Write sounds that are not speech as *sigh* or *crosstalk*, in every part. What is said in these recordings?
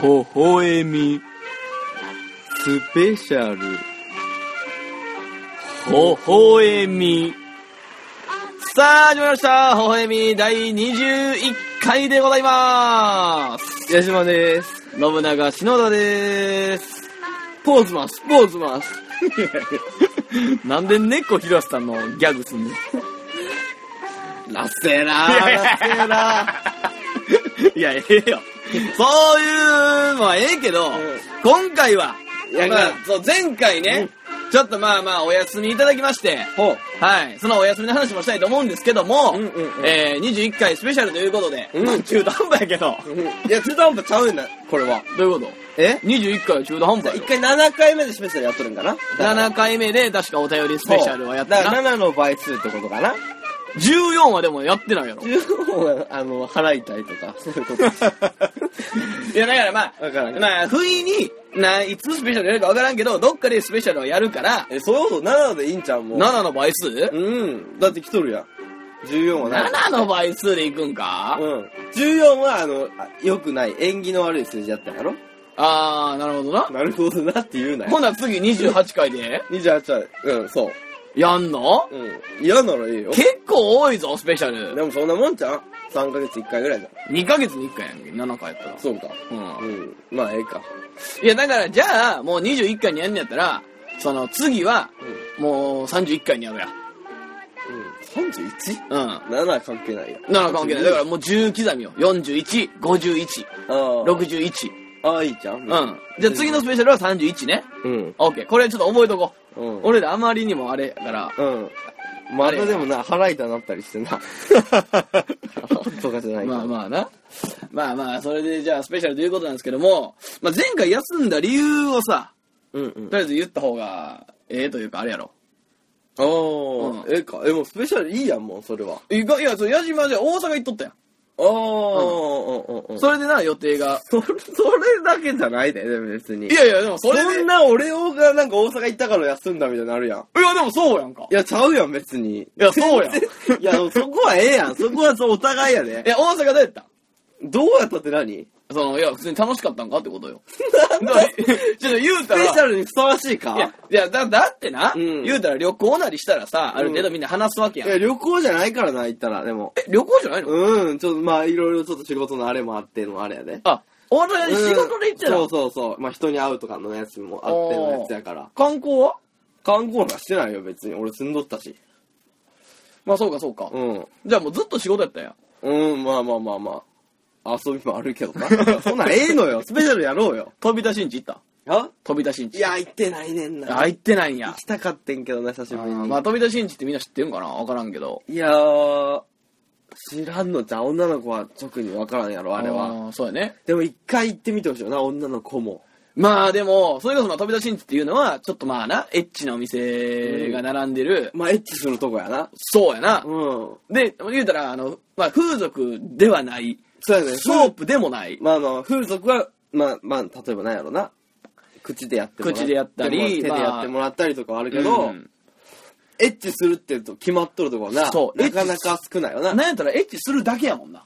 ほほえみスペシャルほほえみさあ、始まりました。ほほえみ第21回でございます。八島です信長篠田です。ポーズます、ポーズ *laughs* ます。なんで猫ひろしさんのギャグすんのラッセラー、ラッセラー。 *laughs* いやええよそういうのはええけど、ん今回は、いやまあ、そう前回ね、ちょっとまあまあお休みいただきまして、ほうはい、そのお休みの話もしたいと思うんですけども、うんうんうんえー、21回スペシャルということで、うんまあ中途半端やけど、うんいや中途半端ちゃうんだこれはどういうことえ ?21 回は中途半端一よ。回7回目でスペシャルやっとるんかな7回目で確かお便りスペシャルはやってだかな。ら7の倍数ってことかな14はでもやってないやろ。 14はあの払いたいとか *laughs* そういうことですいや、だからまあ、わからんまあ、不意に、な、いつスペシャルやるかわからんけど、どっかでスペシャルはやるから、えそういうこと7でいいんちゃうもう7の倍数うんだって来とるやん14はない7の倍数でいくんか、うん14はあのあ良くない縁起の悪い数字だったやろあー、なるほどな。なるほどなって言うなほよな次28回で28はうんそうやんのうん嫌ならいいよ結構多いぞ、スペシャル。でもそんなもんじゃん3ヶ月1回ぐらいじゃ2ヶ月に1回やんけ、7回やったらん。そうかうんうんまあええかいや、だから、じゃあ、もう21回にやんねやったら、その、次は、もう31回にやるや。うん、うん、31?7 うん。関係ないや7関係ない。だからもう10刻みよ。41、51、あー61。あーいいじゃんうん。じゃあ次のスペシャルは31ね。うんオッケー。これちょっと覚えとこう。うん俺らあまりにもあれやから。うんまあれたでもな腹痛なったりして *laughs* なとかじゃないまああまあな。まあまあ、それでじゃあスペシャルということなんですけども、まあ前回休んだ理由をさ、うんうんとりあえず言った方が、ええというかあれやろ。ああ、うええかえもうスペシャルいいやんもうそれはいや、いや、そう、矢島じゃ大阪行っとったやん。ああ、うんうんうんそれでな、予定が。それ、それだけじゃないで、でも別に。いやいや、でもそそれで。んな俺をがなんか大阪行ったから休んだみたいになるやん。いや、でもそうやんか。いや、ちゃうやん、別に。いいや、そうやん。いや、でもそこはええやん。そこはそうお互いやで。や、大阪どうやったどうやったって何その、いや、普通に楽しかったんかってことよ。だから *laughs* ちょっと言うスたら。ペシャルにふさわしいかいや、いやだ、だってな、うん言うたら旅行なりしたらさ、ある程度みんな話すわけやいん。や、え、旅行じゃないからな、行ったら、でも。旅行じゃないの、うん、ちょっとまあ、いろいろちょっと仕事のあれもあってのあれやで。あ、大阪に仕事で行ってたの、うんそうそうそう。まあ、人に会うとかのやつもあってのやつやから。観光は観光なんかしてないよ、別に。俺住んどったし。まあそうかそうか。うん。じゃあもうずっと仕事やったんやうん、まあまあまあまあ。遊びもあるけどな。 *laughs* そんなんええのよ。スペシャルやろうよ。飛び出しんち行った *laughs* あ飛び出しんち。い、や、行ってないねんな。あ、行ってないんや行。きたかってんけどな、久しぶりあーに。まあ飛び出しんちってみんな知ってるんかなわからんけど。いやー、知らんのじゃん。女の子は特にわからんやろ、あれは。ー。そうやね。でも一回行ってみてほしいよな、女の子も。まあでも、それこそまあ飛び出しんちっていうのは、ちょっとまあな、エッチなお店が並んでる、まあ、エッチするとこやな。そうやな。うん。で、言うたら、あの、まあ風俗ではない、そうやね。ソープでもない。まあ、あの、風俗は、まあ、まあ、例えばなんやろな。口でやってもら口でやったり手でやってもらったりとかはあるけど、うんエッチするってと決まっとるとこはな、そうなかなか少ないよ *laughs* な。なんやったらエッチするだけやもんな。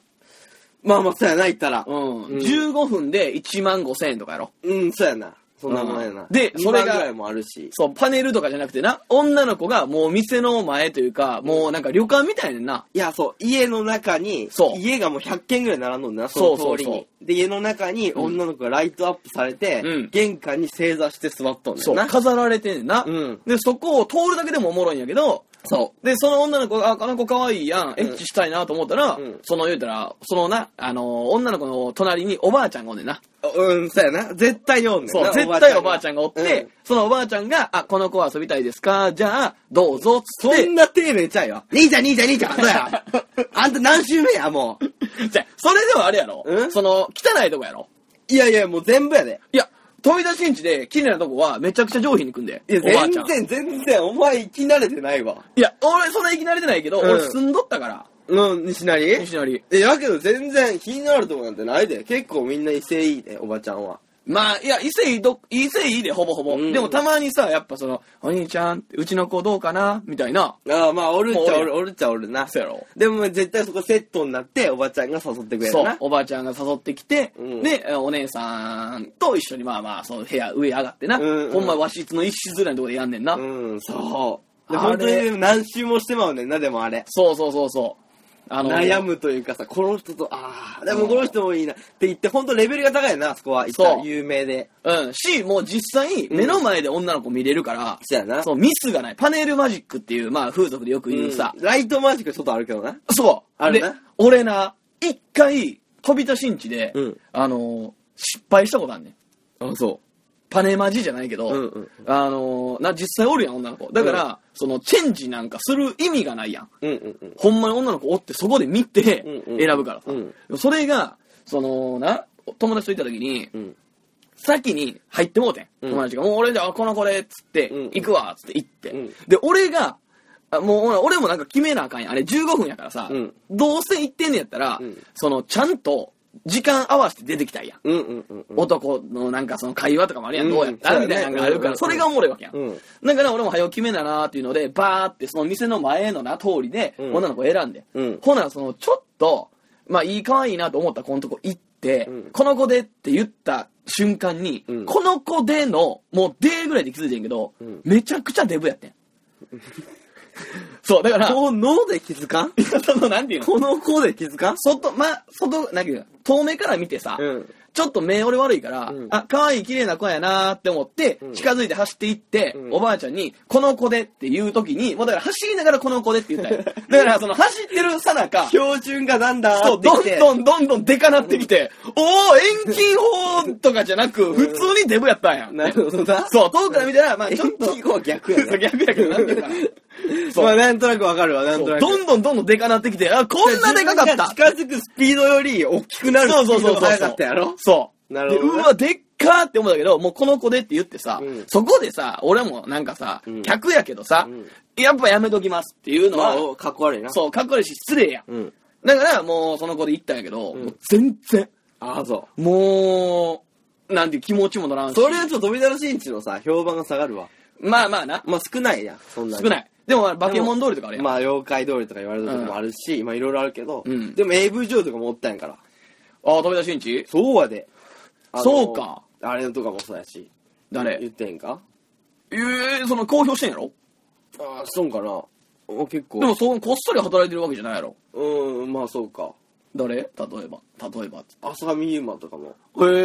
まあまあ、そうやな、言ったら。うん。うん15分で1万5千円とかやろ。うん、そうやな。そんなもんやうんな。でそれが2万ぐらいもあるし。そう、パネルとかじゃなくてな、女の子がもう店の前というか、もうなんか旅館みたいねんな。いや、そう、家の中に、そう家がもう100軒ぐらい並んどんな、その通りに。そうそうそで、家の中に女の子がライトアップされて、うん玄関に正座して座っとんだそよう、な。飾られてんねんな。うんで、そこを通るだけでもおもろいんやけど、そで、その女の子が、あ、この子可愛いやん、エッチしたいなと思ったら、うんその言うたら、そのな、あのー女の子の隣におばあちゃんがおんねんな。う。うん、そうやな。絶対おんねんな。そう、絶対おばあちゃんがおって、うそのおばあちゃんが、あ、この子は遊びたいですかじゃあ、どうぞ、っつっそてん。な丁寧ちゃうよ。兄ちゃん、兄ちゃん、兄 *laughs* ちゃん。そうや。あんた何周目や、もう。じゃあそれではあれやろ、うんその、汚いとこやろいやいや、もう全部やで。いや、飛び出しんちで、綺麗なとこはめちゃくちゃ上品に組んで。いや、おばあちゃ全ん。然、全然、お前生き慣れてないわ。いや、俺そんな生き慣れてないけど、うん俺住んどったから、うん、西成西成。え、やけど全然気になるとこなんてないで。結構みんな威勢いいで、おばちゃんは。まあ、いや、伊勢いいど、伊勢いいで、ほぼほぼ。うんでもたまにさ、やっぱその、お兄ちゃん、うちの子どうかなみたいな。ああ、まあ、おるっちゃおる、もおるっちゃおるな。そうやろ *laughs* でも、絶対そこセットになって、おばちゃんが誘ってくれそるうな。。おばあちゃんが誘ってきて、うんで、えお姉さんと一緒に、まあまあ、その部屋上上がってな。うんうんほんま和室の一室ぐらいのとこでやんねんな。うん、そう。で、あ本当れに何周もしてまうねんな、でもあれ。そうそうそうそう。あの、悩むというかさ、この人と、ああ、でもこの人もいいなって言って、本当レベルが高いよな、あそこは。そう言ったら有名で。うん。し、もう実際、目の前で女の子見れるから、そうやな。そう、ミスがない。パネルマジックっていう、まあ、風俗でよく言うさ、んライトマジックちょっとあるけどな。そう。あるなで俺な、一回、飛び出しんちで、うんあのー失敗したことあんねん。あ、そパネマジじゃないけど、うんうんあのーな、実際おるやん、女の子。だから、うその、チェンジなんかする意味がないやん。う。うんうんうん。ほんまに女の子おって、そこで見てうん、うん選ぶからさ。うそれが、その、な、友達といた時に、うん。先に入ってもうてん。うん友達が、もう俺じゃあ、この子で、つって、うん行くわ、つって行って。うんで、俺が、あもうほら俺もなんか決めなあかんやん。あれ15分やからさ、うんどうせ行ってんねやったら、うんその、ちゃんと時間合わせて出てきたいやん。うんうんうんうん。男のなんかその会話とかもあるやん、うんどうやった、そうやみねたいなのがあるから、うんそれがおもろいわけやん。うんだから俺も早う決めななーっていうので、バーってその店の前のな通りで、うん女の子選んで。うんほな、そのちょっと、まあいい可愛いなと思った子のとこ行って、うんこの子でって言った瞬間に、うんこの子での、もうでぐらいで気づいてんけど、うんめちゃくちゃデブやってん。そう、だから、こ *laughs* こので気づかんの、なんていうのこの子で気づかん外、まあ、外、なんていうの遠目から見てさ、うんちょっと目俺悪いから、うんあ、可愛い綺麗な子やなーって思って、うん近づいて走っていって、うんおばあちゃんに、この子でっていう時に、もうだから走りながらこの子でって言ったよ。だからその走ってるさなか、標準がなんだそうどんんどんどんどんでかなってきて、おー、遠近法とかじゃなく、普通にデブやったんや。なるほどな。そう、遠くから見たら、まあちょっと、遠近法は逆やねそう逆やけど、なんていうかな。そうまあ、なんとなくわかるわ、なんそとなうく。どんどんどんどんでかなってきて、あ、こんなでかか自っ分がた。近づくスピードより大きくなるスピそうーそうそドうそがう。速かったやろそう。なるほどでなうわ、でっかーって思うんだけど、もうこの子でって言ってさ、うんそこでさ、俺もなんかさ、うん客やけどさ、うんやっぱやめときますっていうのは、まあ、かっこ悪いな。そう、かっこいいし失礼やん。うん。だからもうその子で行ったんやけど、うんもう全然、ああ、そう。もう、なんていう気持ちも乗らんし。それはちょっと飛び出しんちのさ、評判が下がるわ。まあまあな、まあ少ないやん、そんなに少ない。でも、バケモン通りとかあれやん。まあ妖怪通りとか言われるとこもあるし、まあいろいろあるけど、うんでも AV 上とかもおったんやから。ああ、飛び出しんちそうやで。あのそうか。あれのとかもそうやし。誰言ってんかええその公表してんやろああ、そんかな。もう結構。でも、そう、こっそり働いてるわけじゃないやろうん、まあそうか。誰例えば、例えばっつって。浅見ゆうまとかも。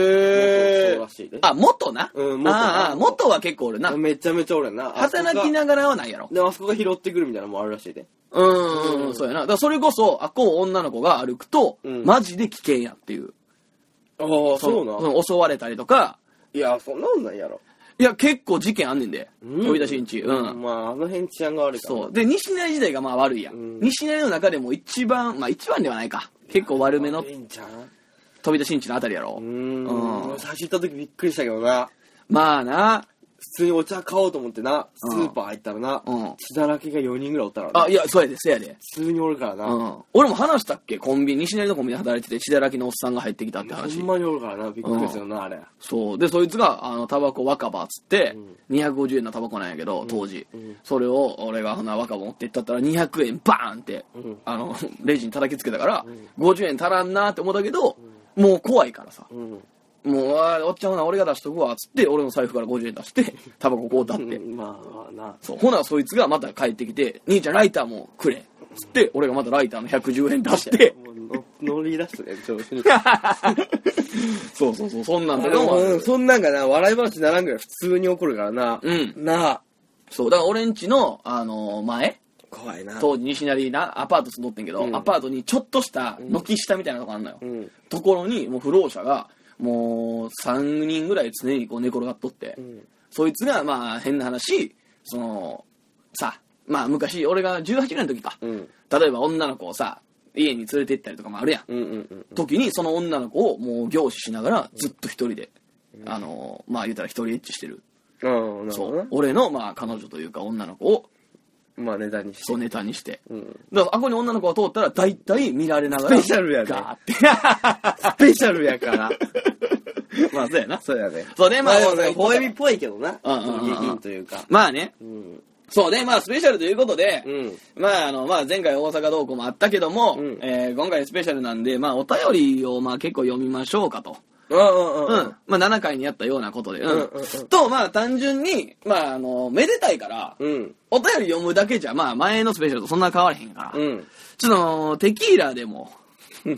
へそうらしいであ、元な。うん元なああ、元は結構俺な。めちゃめちゃおるやんな。働きあそこが。ながらはないやろ。でもあそこが拾ってくるみたいなのもあるらしいで。うんうん、うん、そうやな。だからそれこそ、あこう女の子が歩くと、うんマジで危険やっていう。ああ、そうのな。の襲われたりとか、いや、そんなんないやろ。いや、結構事件あんねんで。うん飛び出しんち。うん。まあ、あの辺治安が悪いから。そう。で、西成時代がまあ悪いやん。うん西成の中でも一番、まあ一番ではないか。結構悪めのいいんちゃう飛び出しんちのあたりやろ。うーん。うん最初行った時びっくりしたけどな。まあな。普通にお茶買おうと思ってな、うんスーパー行ったらな、うん血だらけが4人ぐらいおったからな。あ、いや、そうやで、そうやで。普通におるからな。うほ、ん。俺も話したっけコンビニ、西成のコンビニで働いてて、血だらけのおっさんが入ってきたって話。んまにおるからな、びっくりするな、あれ。そう。で、そいつが、あの、タバコ若葉っつって、250円のタバコなんやけど、当時。それを、俺が、ほな、若葉持ってったったら、200円バーンって、んあの、レジに叩きつけたから、50円足らんなって思ったけど、もう怖いからさ。うん。もう、あーおっちゃんほな、俺が出しとくわ、つって、俺の財布から50円出して、タバコこうたって。うんまあ、まあな。そう。ほな、そいつがまた帰ってきて、兄ちゃんライターもくれ。つって、俺がまたライターの110円出して、もうの乗り出してね、調 *laughs* 子に。そうそうそう、そんなんとかもあるうん、そんなんがな、笑い話にならんぐらい普通に怒るからな。うんなあ、そう、だから俺んちの、あの、前怖いな。当時西成なアパート住んどってんけど、うんアパートにちょっとした軒下みたいなとこあんのよ、うんところにもう不老者がもう3人ぐらい常にこう寝転がっとって、んそいつがまあ変な話そのさまあ昔俺が18ぐらいの時か、うん。例えば女の子をさ家に連れて行ったりとかもあるやん、うんうんうん。時にその女の子をもう凝視しながらずっと一人で、あのまあ言うたら一人エッチしてる、うん、なるそほうど俺のまあ彼女というか女の子をな。まあ、ネタにして。そうネタにして、うん。だからあこに女の子が通ったら大体見られながらスペシャルやねガーってスペシャルやから。 *laughs* まあ、そうやな。 *laughs* そうやね。そうね、まあ、まあでもそね、う微笑みっぽいけどな。うんうんうんうん下品というか。まあね。うん。そうね、まあ、スペシャルということで、うん。まあ、あの、まあ、前回大阪同行もあったけども、うんえー今回スペシャルなんで、まあ、お便りを、まあ、結構読みましょうかと。うんうん。まあ、7回にやったようなことで。うん。うんうんうんと、まあ、単純に、まあ、あの、めでたいから、うん。うん。お便り読むだけじゃ、まあ、前のスペシャルとそんな変わらへんから、うん。ちょっとあの、テキーラで *laughs* も、うん、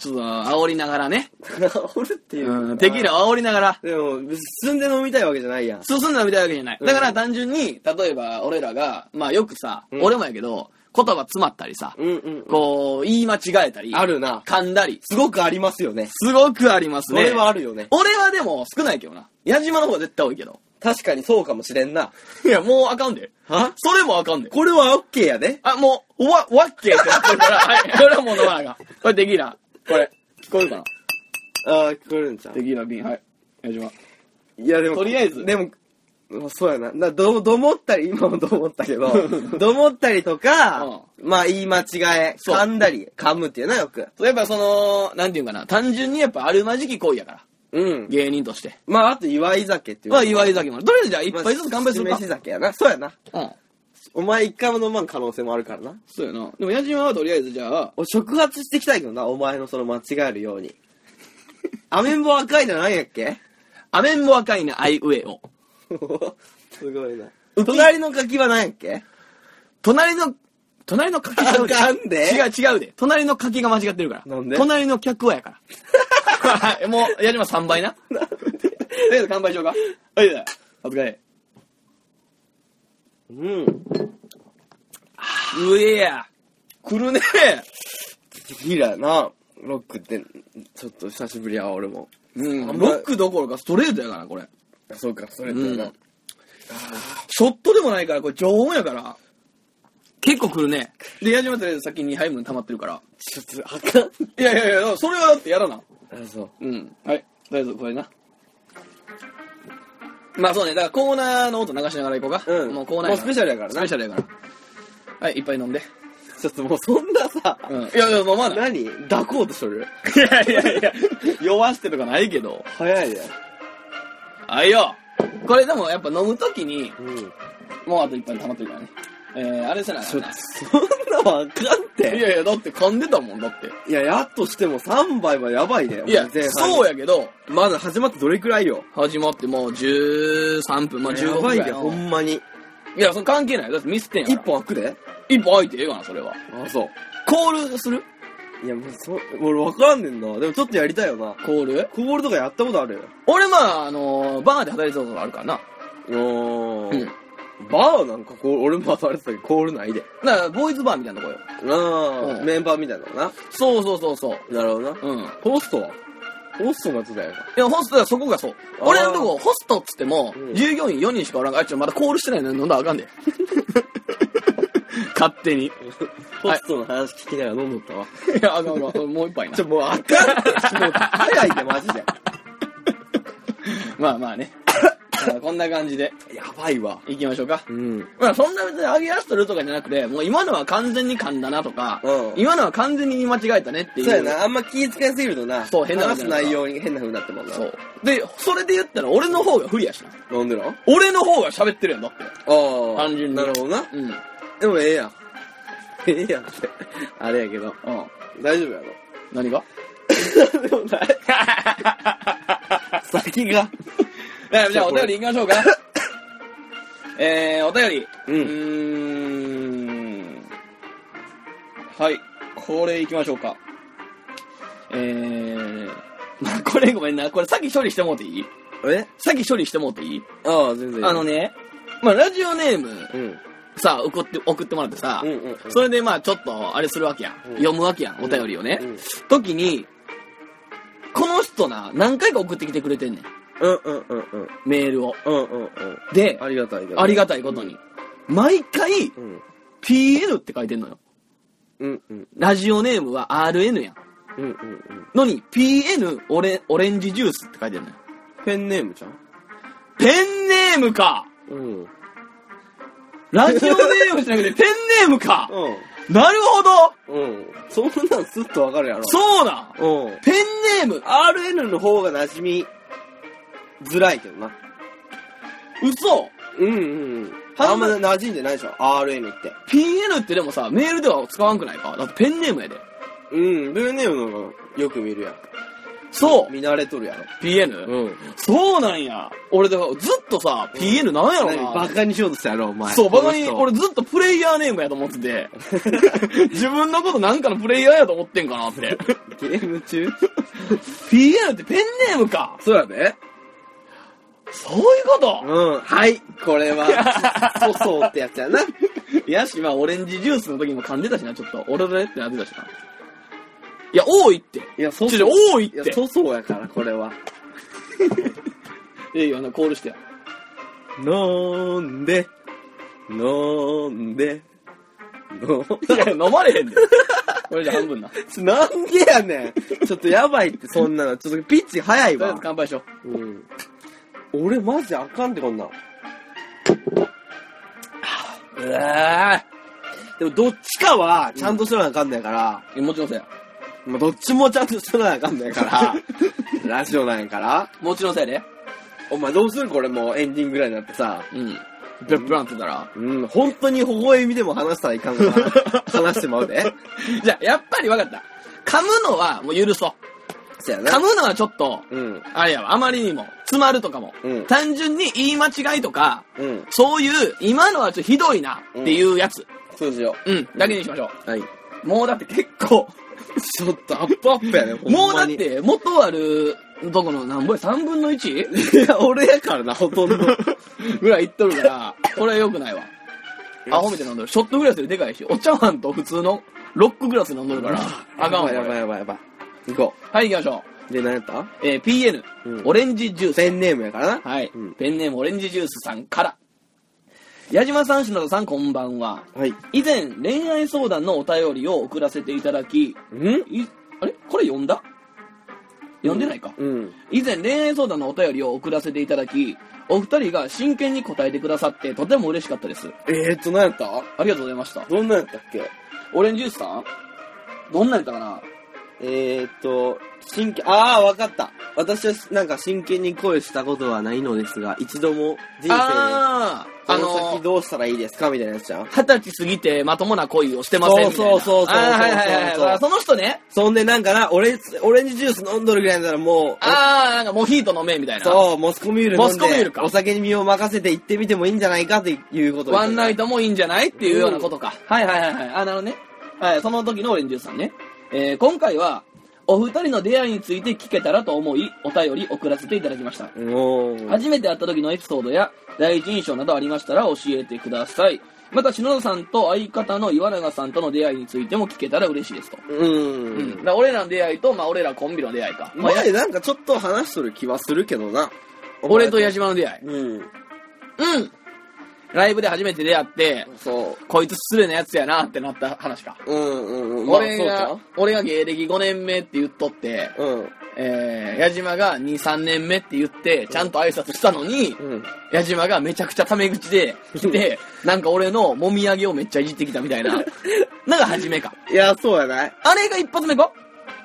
ちょっと煽りながらね、煽るっていううか。ん、テキーラを煽りながら、でも、別に進んで飲みたいわけじゃないやん。進んだみたいなわけじゃない。うんだから単純に、例えば俺らが、まあよくさ、うん俺もやけど、言葉詰まったりさ、うんうん。こう、言い間違えたり、あるな。噛んだり、すごくありますよね。すごくありますそね。れはあるよね。俺はでも少ないけどな。矢島の方が絶対多いけど。確かにそうかもしれんな。 *laughs* いや、もうあかんで。はそれもあかんで。これはオッケーやで。あ、もう、わ、わっけーってなってる *laughs* から、はい、これはもう飲まなあかん。これテキーラ。これ、聞こえるかなああ、聞こえるんちゃテキーラ瓶、はい。矢島。ういや、でも、とりあえずでも、まあそうやな。な、ど、どもったり、今もどもったけ *laughs* ど、どもったりとか、まあ、言い間違え、そう噛んだり、噛むっていうな、よく。そうやっぱその、なんていうんかな、単純にやっぱあるまじき行為やから、うん。芸人として。まあ、あと、祝い酒っていう。まあ、祝い酒もある。とりあえずじゃあ、一まあ、杯ずつ乾杯するかし。めし酒やな。そうやな。うん。お前一回も飲まん可能性もあるからな。そうやな。でも、矢島はとりあえずじゃあ、俺、触発していきたいけどな、お前のその間違える *laughs* ように。アメンボ赤いのなんやっけアメンボ赤いね、アイウェオ。 *laughs* すごいな。隣の柿はなんやっけ隣の、隣の柿ちゃうあかんで違う、違うで。隣の柿が間違ってるから。なんで隣の客はやから。 *laughs* はいもう、矢島3倍な。とりあえず乾杯しようか。はい、だ。お疲れ。うん。うえや。来るね。テキーラやな、ロックって、ちょっと久しぶりや、俺も。うんあんロまックどころかストレートやから、これ。そうか、それだよなな。ショットでもないから、これ常温やから。結構来るね。で、矢島とりあえず先に2杯分溜まってるから。ちょっと、あかん。いやいやいや、それはだってやらな。あ、そう。うん。はい。とりあえずこれな。まあそうね、だからコーナーの音流しながら行こうか。うんもうコーナーもうスペシャルやからなスペシャルやから。はい、いっぱい飲んで。ちょっともうそんなさ、うん。いやいや、飲まない。何抱こうとしとるいやいやいや、酔わしてとかないけど。早いで。あいよ。これでもやっぱ飲むときに、うん。もうあといっぱい溜まってるからね。えー、あれせなあちかんょなっと、そんなわかんっいて。やいや、だって噛んでたもん、だって。いや、やっとしても3倍はやばいね。いや、う。そうやけど、まだ始まってどれくらいよ。始まってもう13分、まあ15や分ぐらばいいやで、ほんまに。いや、その関係ない。だってミスってんやから一本開くで一歩空いてええかな、それは。あ、そコールするう。いや、もうそ、俺わからんねんな。でもちょっとやりたいよな。コールコールとかやったことある俺、まあ、あのーバーで働いてたことがあるからな。おうん。だバーなんかこう、俺も働いてたけど、コールないで。から、ボーイズバーみたいなとこよ。あうあ、んメンバーみたいなのな。そうそうそうそう。なるほどな。うん。いホストはホストのやつだよな。や、ホストはそこがそう。あー俺のとこ、ホストっつっても、うん従業員4人しかおらんから、あいつまだコールしてないのに飲んだらあか *laughs* んで。勝手に。いホストの話聞きながら飲んどったわ。や、あかんあかん。もう一杯な *laughs* ち。ょ、もうあかんって。もう早いで、マジで。まあま *laughs* あね。だからこんな感じで、 *laughs* やばいわ。行きましょうか。うん。まあそんな別に上げ足とるとかじゃなくて、もう今のは完全に噛んだなとか、うん今のは完全に言い間違えたねっていう。そうやな、あんま気遣いすぎるとな、そう変なことに話すなる内容に変な風になってもんな。そう。で、それで言ったら俺の方が不利やしな。なんでなあ俺の方が喋ってるやんだって。あ。単純になるほどな。うん。うん。でもええやん。 *laughs* ええやんって。あれやけど。大丈夫やろ。何がでもない。 *laughs* 先 *laughs* が。じゃあお便り行きましょ *laughs* うか。えー、お便り。うんーん。はい。これ行きましょうか。えー、まあこれごめんな。これ先処理してもうていいえ先処理してもうていいああ、全然いい。あのね、まあラジオネームうん。さ、送って、送ってもらってさ、うんうんうんそれでまあちょっとあれするわけやん。うん読むわけやん、お便りをね。うん時に、この人な、何回か送ってきてくれてんねん。うんうんうんうん。メールを。うんうんうん。で、ありがたいけど。ありがたいことに。毎回、うん。 PN って書いてんのよ。うんうんラジオネームは RN やん。うんうんうん。のに、PN オレオレンジジュースって書いてんのよ。ペンネームじゃんペンネームかうん。うん。ラジオネームじゃなくてペンネームかなるほどうん。そんなんすっとわかるやろ。そうだう。うん。ペンネーム RN の方が馴染み。づらいけどな。嘘うんうんうん。あんま馴染んでないでしょ ?RM って。 ?PN ってでもさ、メールでは使わんくないかだってペンネームやで。うん、ブルーネームのよく見るやん。そう見慣れとるやろ。 !PN? うん。そうなんや。俺だからずっとさ、PN なんやろな。バカにしようとしたやろ、お前。そう、バカに、この俺ずっとプレイヤーネームやと思って *laughs* て、自分のことなんかのプレイヤーやと思ってんかなって。人。ゲーム中 PN ってペンネームか *laughs* そうやね。そういうことうん。はい、これ *laughs* は、そうそうってやつやな。いやし、まあ、オレンジジュースの時も噛んでたしな、ちょっと。俺れってなってたしな。いや、多いって。いや、そちょちょ多いっいてや、そうそうやから、これは。ええよ、あのコールしてや。飲んで、飲んで、飲んだから飲まれへんで。これ *laughs* じゃ半分な。とり *laughs* なんでやねん。ちょっとやばいって、そんなの。ちょっとピッチ早いあえわず。乾杯しようん。俺マジあかんってこんなん。う。うわでもどっちかは、ちゃんとしとらなあかんないから、ぁ。もちろんそうや。まあ、どっちもちゃんとしとらなあかんない *laughs* から、ラジオなんやから。もちろんそうやで。お前どうするこれもうエンディングぐらいになってさ。うん。ブラブランってたら。うん、本当に微笑みでも話したらいかんから、話してまう *laughs* で。じゃあ、やっぱり分かった。噛むのはもう許そう。そや噛な。むのはちょっと、うん。あれやわ、あまりにも、詰まるとかも。うん単純に言い間違いとか、うん。そういう、今のはちょっとひどいなっていうやつ。そうしようん、だけにしましょう。はい。う。もうだって結構、ちょっとアップアップやね、ほんまに。もうだっ。て、元ある、どこの何ぼや、3分の 1? いや、俺やからな、ほとん *laughs* ど。ぐらいいっとるから、これは良くないわ。アホみたいに飲んどる。ショットグラスよりでかいし、お茶碗と普通のロックグラス飲んどるから、あかんわ。やばいこやばいやばい。行これはい、行きましょう。で、何やったう。えー PN、うんオレンジジュース。ペンネームやからな。はい、うんペンネームオレンジジュースさんから。矢島さん、篠田さん、こんばんは。はい。以前、恋愛相談のお便りを送らせていただき、んいあれこれ読んだ読んでないか。うん。以前、恋愛相談のお便りを送らせていただき、お二人が真剣に答えてくださって、とても嬉しかったです。えーっと、何やったありがとうございました。どんなんやったっけオレンジジュースさんどんなんやったかなえーっと、真剣、ああ、わかった。私はなんか真剣に恋したことはないのですが、一度もあ人生で、ーあこのの先どうしたらいいですかみたいなやつじゃん。二十歳過ぎてまともな恋をしてませんみたいな。そうそうそうそうそうあーはいはいはい。その人ね、そんでなんかな、オレオレンジジュース飲んどるぐらいならもう、あー、なんかモヒート飲めみたいな。そう、モスコミュール飲モんスコミュールで、かお酒に身を任せて行ってみてもいいんじゃないかということワンナイト。トもいいんじゃないっていうようなことか。はいはいはいはい。あ、なるほどね。はい、その時のオレンジジュースさんね。えー今回は、お二人の出会いについて聞けたらと思い、お便り送らせていただきました。おー。初めて会った時のエピソードや、第一印象などありましたら教えてください。また、篠田さんと相方の岩永さんとの出会いについても聞けたら嬉しいですと。ううん。だかん。ら俺らの出会いと、まあ俺らコンビの出会いか。まあや前なんかちょっと話しとる気はするけどな。俺と矢島の出会い。うん。うん。ライブで初めて出会って、そこいつ失礼なやつやなってなった話か。う。うんうんうん。まあ俺が、そう俺が芸歴5年目って言っとって、ちゃうえー、矢島が2、3年目って言って、ちゃんと挨拶したのに、うん。うん。矢島がめちゃくちゃタメ口で来 *laughs* て、なんか俺のもみあげをめっちゃいじってきたみたいな、なんか初めか。いや、そうやないあれが一発目か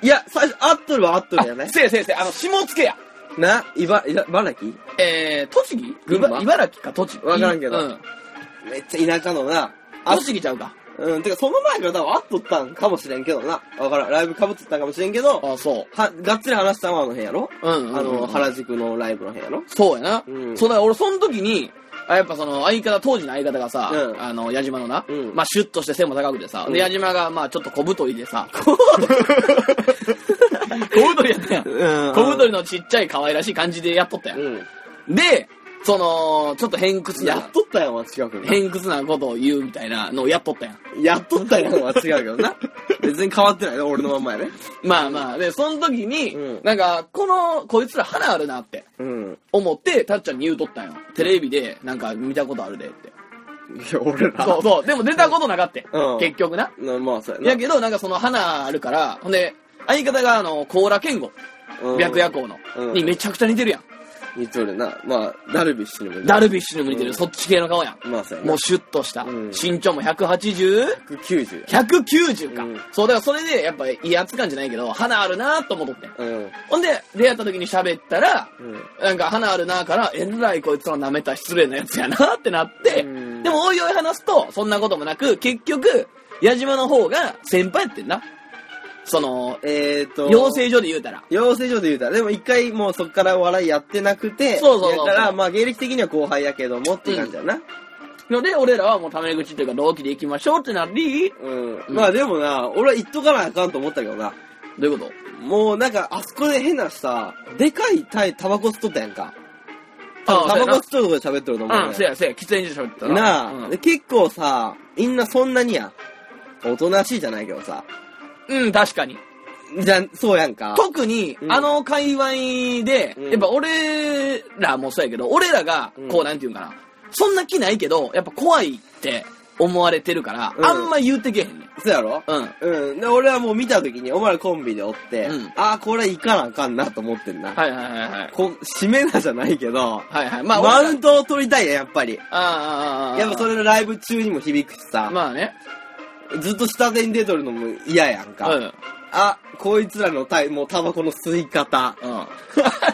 いや、最初、合っとるは合っとるやあね。せいせいせい、あの、下付や。な、いば、いば、茨城えー、栃木群馬いば茨城か栃木わからんけどうん。めっちゃ田舎のな。あ栃木ちゃうか。うん、てかその前から多分合っとったんかもしれんけどな。わからん。ライブかぶっとったんかもしれんけど、あ、そう。は、がっつり話したのはあの辺やろうんあうんうんの、原宿のライブの辺やろそうやな。うんそうだから俺その時に、あやっぱその相方、当時の相方がさ、うんあの、矢島のな、うんまあシュッとして背も高くてさ、うんで、矢島がまあちょっと小太りで *laughs* さ、小太りやったやん。うん小太りのちっちゃい可愛らしい感じでやっとったやん。うん。で、その、ちょっと偏屈やっな、とったよ、間違うけどな。偏屈なことを言うみたいなのをやっとったやん。やっとったよ、間違う *laughs* けどな。別に変わってないね、俺のまんまやね。まあまあ、で、その時に、うんなんか、この、こいつら花あるなってうん。思って、たっちゃんに言うとったんよ。テレビで、なんか見たことあるでって。いや、俺 *laughs* ら。そうそう。でも出たことなかった。うん結局な。なまあ、そうややな。けど、なんかその花あるから、ほんで、相方があの、甲羅健吾、うん白夜。行のう、んにめちゃくちゃ似てるやん。似とるな。まあ、ダルビッシュにも似てるダルビッシュにも似てる、うんそっち系の顔やん。まあ、そうやな。もうシュッとした。うん身長も 180?190 190や。か、うんそう、だからそれで、やっぱいい圧感じゃないけど、花あるなと思っとってん。うん。ほんで、出会った時に喋ったら、うん。なんか花あるなから、えらいこいつは舐めた失礼なやつやなってなって、うんでもおいおい話すと、そんなこともなく、結局、矢島の方が先輩やってんな。その、えーと、養成所で言うたら。養成所で言うたら、でも一回もうそっからお笑いやってなくて、そうそうそうそうやから、まあ芸歴的には後輩やけどもっていう感じだな。ので、俺らはもうタメ口というか同期で行きましょうってなり、うん。うんまあでもな、俺は言っとかなあかんと思ったけどな。どういうこともうなんか、あそこで変なさ、でかいタイタバコ吸っとったやんか。タああバコ吸っとるとこで喋っとると思うね、うん、せやせや、喫煙所で喋ってたなあ、うんで結構さ、みんなそんなにやん。おとなしいじゃないけどさ。うん、確かに。じゃ、そうやんか。特に、うんあの界隈で、うんやっぱ俺らもそうやけど、俺らがうん、こうなんていうんかな、そんな気ないけど、やっぱ怖いって思われてるから、うんあんま言うてけへんねん。そうやろうん。うん。で、俺はもう見たときに、お前らコンビでおって、うんああ、これ行かなあかんなと思ってんな。はいはいはいはい。こう、締めなじゃないけど、はいはい。まあ、マ俺らウントを取りたいね、やっぱり。ああああああ。やっぱそれのライブ中にも響くしさ、まあね。ずっと下手に出とるのも嫌やんうか。ん。あ、こいつらのタイもうタバコの吸い *laughs* 方、うん。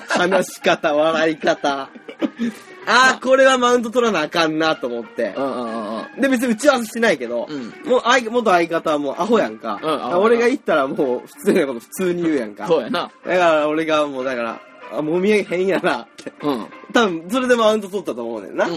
話し方、笑い方。あ、これはマウント取らなあかんなと思ってう。んうんうんうん。で、別に打ち合わせしてないけど、うんもう相、元相方はもうアホやんか。うんアホや俺が言ったらもう普通のこと普通に言うやんか。そうやな。だから俺がもうだから、あ、もみあげへんやなって。うん。うん。多分、それでマウント取ったと思うねんな。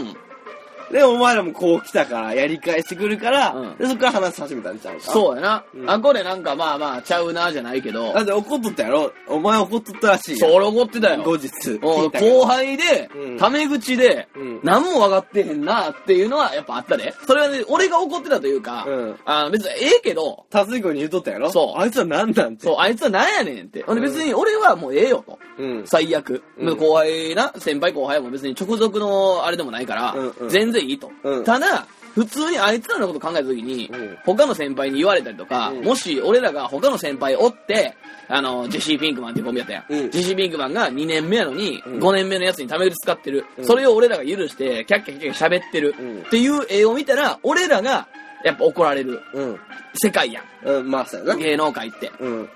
で、お前らもこう来たから、やり返してくるから、うんで、そっから話し始めたんちゃうか。そうやな。うんあこれなんかまあまあ、ちゃうなじゃないけどだ、って怒っとったやろお前怒っとったらしいそよ。れ怒ってたよ。後日。 *laughs* 聞おいたけど後輩でうん、タメ口でうん、何も分かってへんなっていうのはやっぱあったで。それはね、俺が怒ってたというかうん、あ別にええけど、達彦に言うとったやろそうあいつは何なんて。そう、あいつはなんやねんって。ほんで別に俺はもうええよと。うん。最悪。うん後輩な、先輩後輩も別に直属のあれでもないからうんうん、全然いいとうん。ただ、普通にあいつらのこと考えた時にうん、他の先輩に言われたりとか、うんもし俺らが他の先輩おって、あの、ジェシー・ピンクマンっていうコンビやったやん。うんジェシー・ピンクマンが2年目やのに、うん5年目のやつにタメ口使ってる。うんそれを俺らが許して、キャッキャッキャッキャ喋ってる。うんっていう絵を見たら、俺らが、やっぱ怒られるうん。世界やん。うん、まあ、そうやな。芸能界って。うん。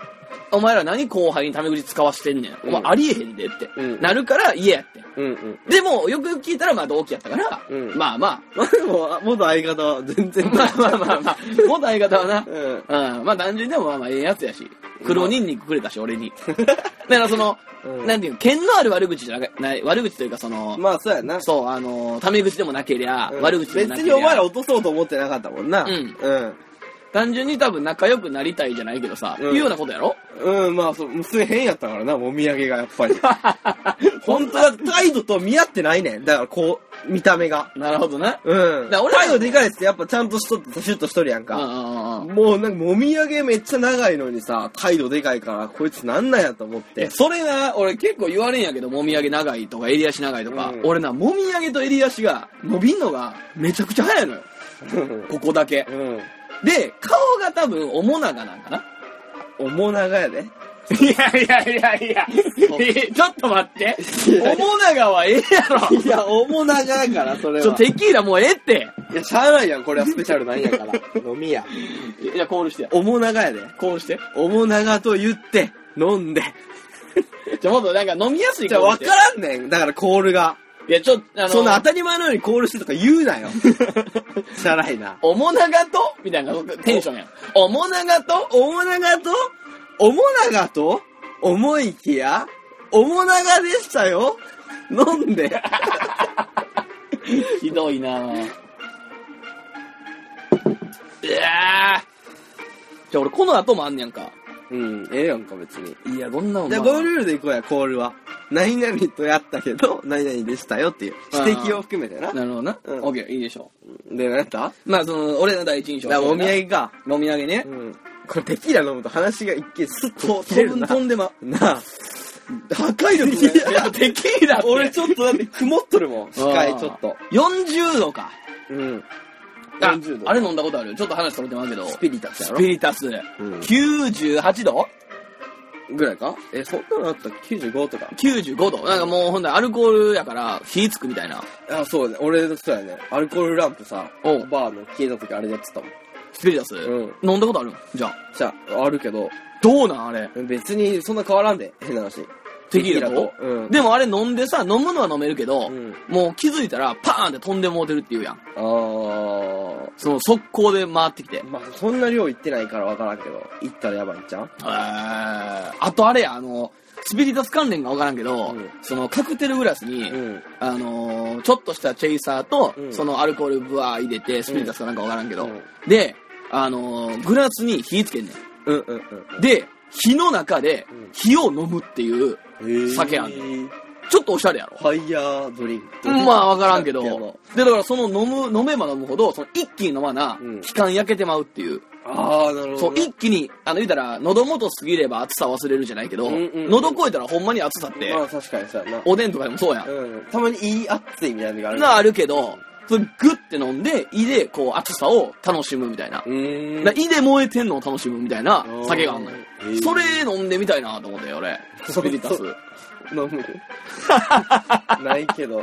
お前ら何後輩にタメ口使わしてんねん。お前うんありえへんでって。うんなるから嫌やって。うんうん。でも、よくよく聞いたら、まあ同期やったから、うんまあままあでも、元相方は全あ、然。まあまあまあまあ、元相方はな、うん。うん、まあ単純でもまあまあええやつやし、黒ニンニクくれたし、俺に。だからその、うんなんていうの、剣のある悪口じゃなくない、悪口というかその、まあ、そうやな。そう、あの、タメ口でもなけりゃ、うん悪口でもな別けにりゃ、お前ら落とそうと思ってなかったもんな。うんうん。単純に多分仲良くなりたいじゃないけどさ、ういんうようなことや *laughs* ろうん、まあ、そう、普通に変やったからな、もみあげがやっぱり。 *laughs* 本当は態度と見合ってないねん。だから、こう、見た目が。なるほどな。うだん。から俺ら態度でかいやつってやっぱちゃんとしとって、シュッとしとるやんうんうか。んうんうん。もうなんか、もみあげめっちゃ長いのにさ、態度でかいから、こいつなんなんやと思っいてや。それな、俺結構言われんやけど、もみあげ長いとか襟足長いとか、うん俺な、もみあげと襟足が伸びんのがめちゃくちゃ早いのよ。うん。ここだけ。で、顔が多分、おもながなんかな。おもながやで。いやいやいやいや、えちょっと待って。おもながはええやろ。いや、おもながやから、それちょ、は。テキーラもうええって。いや、しゃあないやん、これはスペシャルなんやから。飲みや。いや、コールして。おもながやで。コールして。おもながと言って、飲んで。じゃ、もっとなんか飲みやすいじゃあ、コールしわてからんねん。だから、コールが。いや、ちょ、あの、そんな当たり前のようにコールしてとか言うな *laughs* よ。しゃあないな。おもながとみたいなテンションやん。おもながとおもながと、おもながと、思いきや、おもながでしたよ。飲んで。 *laughs* ひどいなぁ。いやーじゃあ俺この後もあんねやんか。うん、ええやんか、別に。いや、こんなもんじゃあ、まあゴールルールでいこうや、コールは。何々とやったけど、何々でしたよっていう指摘を含めてな。なるほどな。うんオッケー、いいでしょで、何やったう。まあ、その、俺の第一印象だから、お土げ。産か。飲み上げねう。ん。これ、テキーラ飲むと話が一見スッと切れ飛るんな。飛んでま。なあ。破壊いや、テキーラって。俺ちょっとだって曇っとるもん。視界ちょっと。あー。40度か。うん。あ40度あれ飲んだことあるちょっと話それてますけど。スピリタスやスろピリタス。うん98度ぐらいかえ、そんなのあったっけ ?95 とか。 95度。なんかもうほんでアルコールやから火つくみたいな。あ、そうだね。俺、そうやね。アルコールランプさ、おうバーの消えた時あれでやってたもん。スピリタス、う飲んだことあるんじゃあ。じゃあ、あるけど、どうなんあれ。別にそんな変わらんで、変な話。テキーラとテキ。ーラうん。でもあれ飲んでさ、飲むのは飲めるけど、うんもう気づいたらパーンって飛んでもうてるっていうやん。あー。その速攻で回ってきて。へーまあ、そんな量行ってないからわからんけど、行ったらやばいんちゃうあとあれや、あの、スピリタス関連がわからんけど、うんそのカクテルグラスに、うん。あのーちょっとしたチェイサーと、うんそのアルコールブワー入れて、スピリタスかなんかわからんけど、うんで、あのーグラスに火つけんねうんうんん。で、火の中でうん火を飲むっていう、うん。酒あんんちょっとおしゃれやろ。ファイヤードリンク。まあわからんけど。だっで、だからその飲む、飲めば飲むほど、その一気に飲まなうん、期間焼けてまうっていう。あー、なるそほどう、ね。一気に、あの、言うたら、喉元過ぎれば暑さ忘れるじゃないけど、うんうんうん喉超えたらほんまに暑さって、まあ、確かにさ、な。おでんとかでもそうやん。うん。たまにいい熱いみたいなのがある。があるけど、それグッて飲んで、胃でこう暑さを楽しむみたいな。うーんだから。胃で燃えてんのを楽しむみたいな酒があんのよおー。それ飲んでみたいなと思って、俺。スピリタス。そう飲む *laughs* ないけど。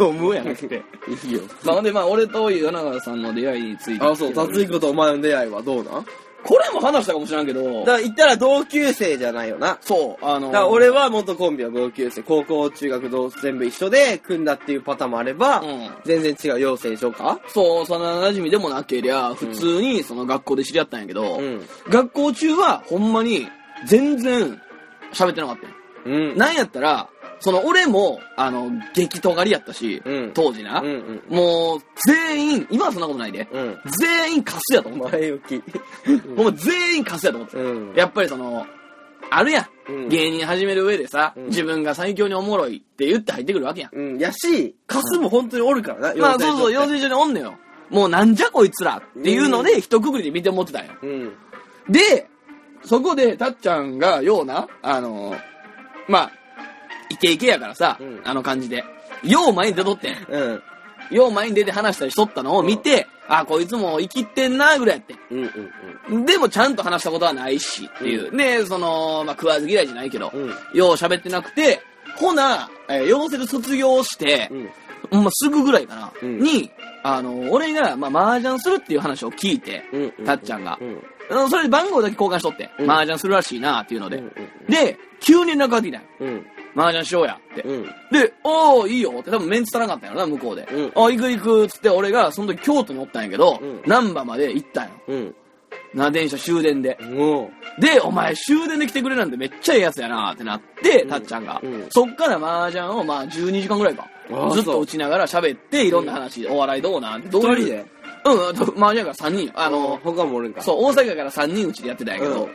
飲むやなくて。いいよ。なので *laughs* まあ、俺と柳川さんの出会いについて。あ、そう、達彦とお前の出会いはどうなんこれも話したかもしれんけどだか、ら言ったら同級生じゃないよな。そう、あだの、から俺、は元コンビは同級生、高校、中学同全部一緒で組んだっていうパターンもあれば、うん全然違う養成所かそう、幼馴染でもなけりゃ、普通にその学校で知り合ったんやけど、うん学校中はほんまに全然喋ってなかったんようんなんやったら、その俺も、あの、激尖りやったし、うん当時な、うんうんもう、全員、今はそんなことないで、うん。全員カスやと思って前置き。た。もう全員カスやと思ってた。うん。やっぱりその、あるやん。うん芸人始める上でさ、うん自分が最強におもろいって言って入ってくるわけやん。うん。やし、カスも本当におるからな、まあそうそう、養養成所って成所におんのよ。もうなんじゃこいつらっていうので、一括りで見てもってたんよ。うん。で、そこで、たっちゃんが、ような、あのーまあ、イケイケやからさ、うんあの感じで。よう前に出とってん。うん。よう前に出て話したりしとったのを見て、あ、こいつも生きてんな、ぐらいやってん。うんうんでもちゃんと話したことはないし、っていう。で、その、まあ、食わず嫌いじゃないけど、うんよう喋ってなくて、ほな、えー、養成で卒業してう、ん。ほんますぐぐらいかな、うんに、あの、俺が、まあ、麻雀するっていう話を聞いて、うんうん。たっちゃんがう、ん。うんそれで番号だけ交換しとって、うん麻雀するらしいなっていうので、うんうんで、急に連絡が来たんようん。麻雀しようやって。うん。で、おー、いいよって多分メンツ足らなかったんやろな、向こうで。うんあ、行く行くっつって、俺がその時京都におったんやけど、うん難波まで行ったんよ。うん。な、電車終電で。もう。で、お前終電で来てくれなんてめっちゃええやつやなってなって、んたっちゃんが。うんそっから麻雀をまあ12時間ぐらいかあ。あずっそとう打ちながら喋って、いろんな話、お笑いどうなんどう一いう人でうん、と麻雀が3人。ああの、の、他もおるんか。そう、大阪から3人うちでやってたんやけど、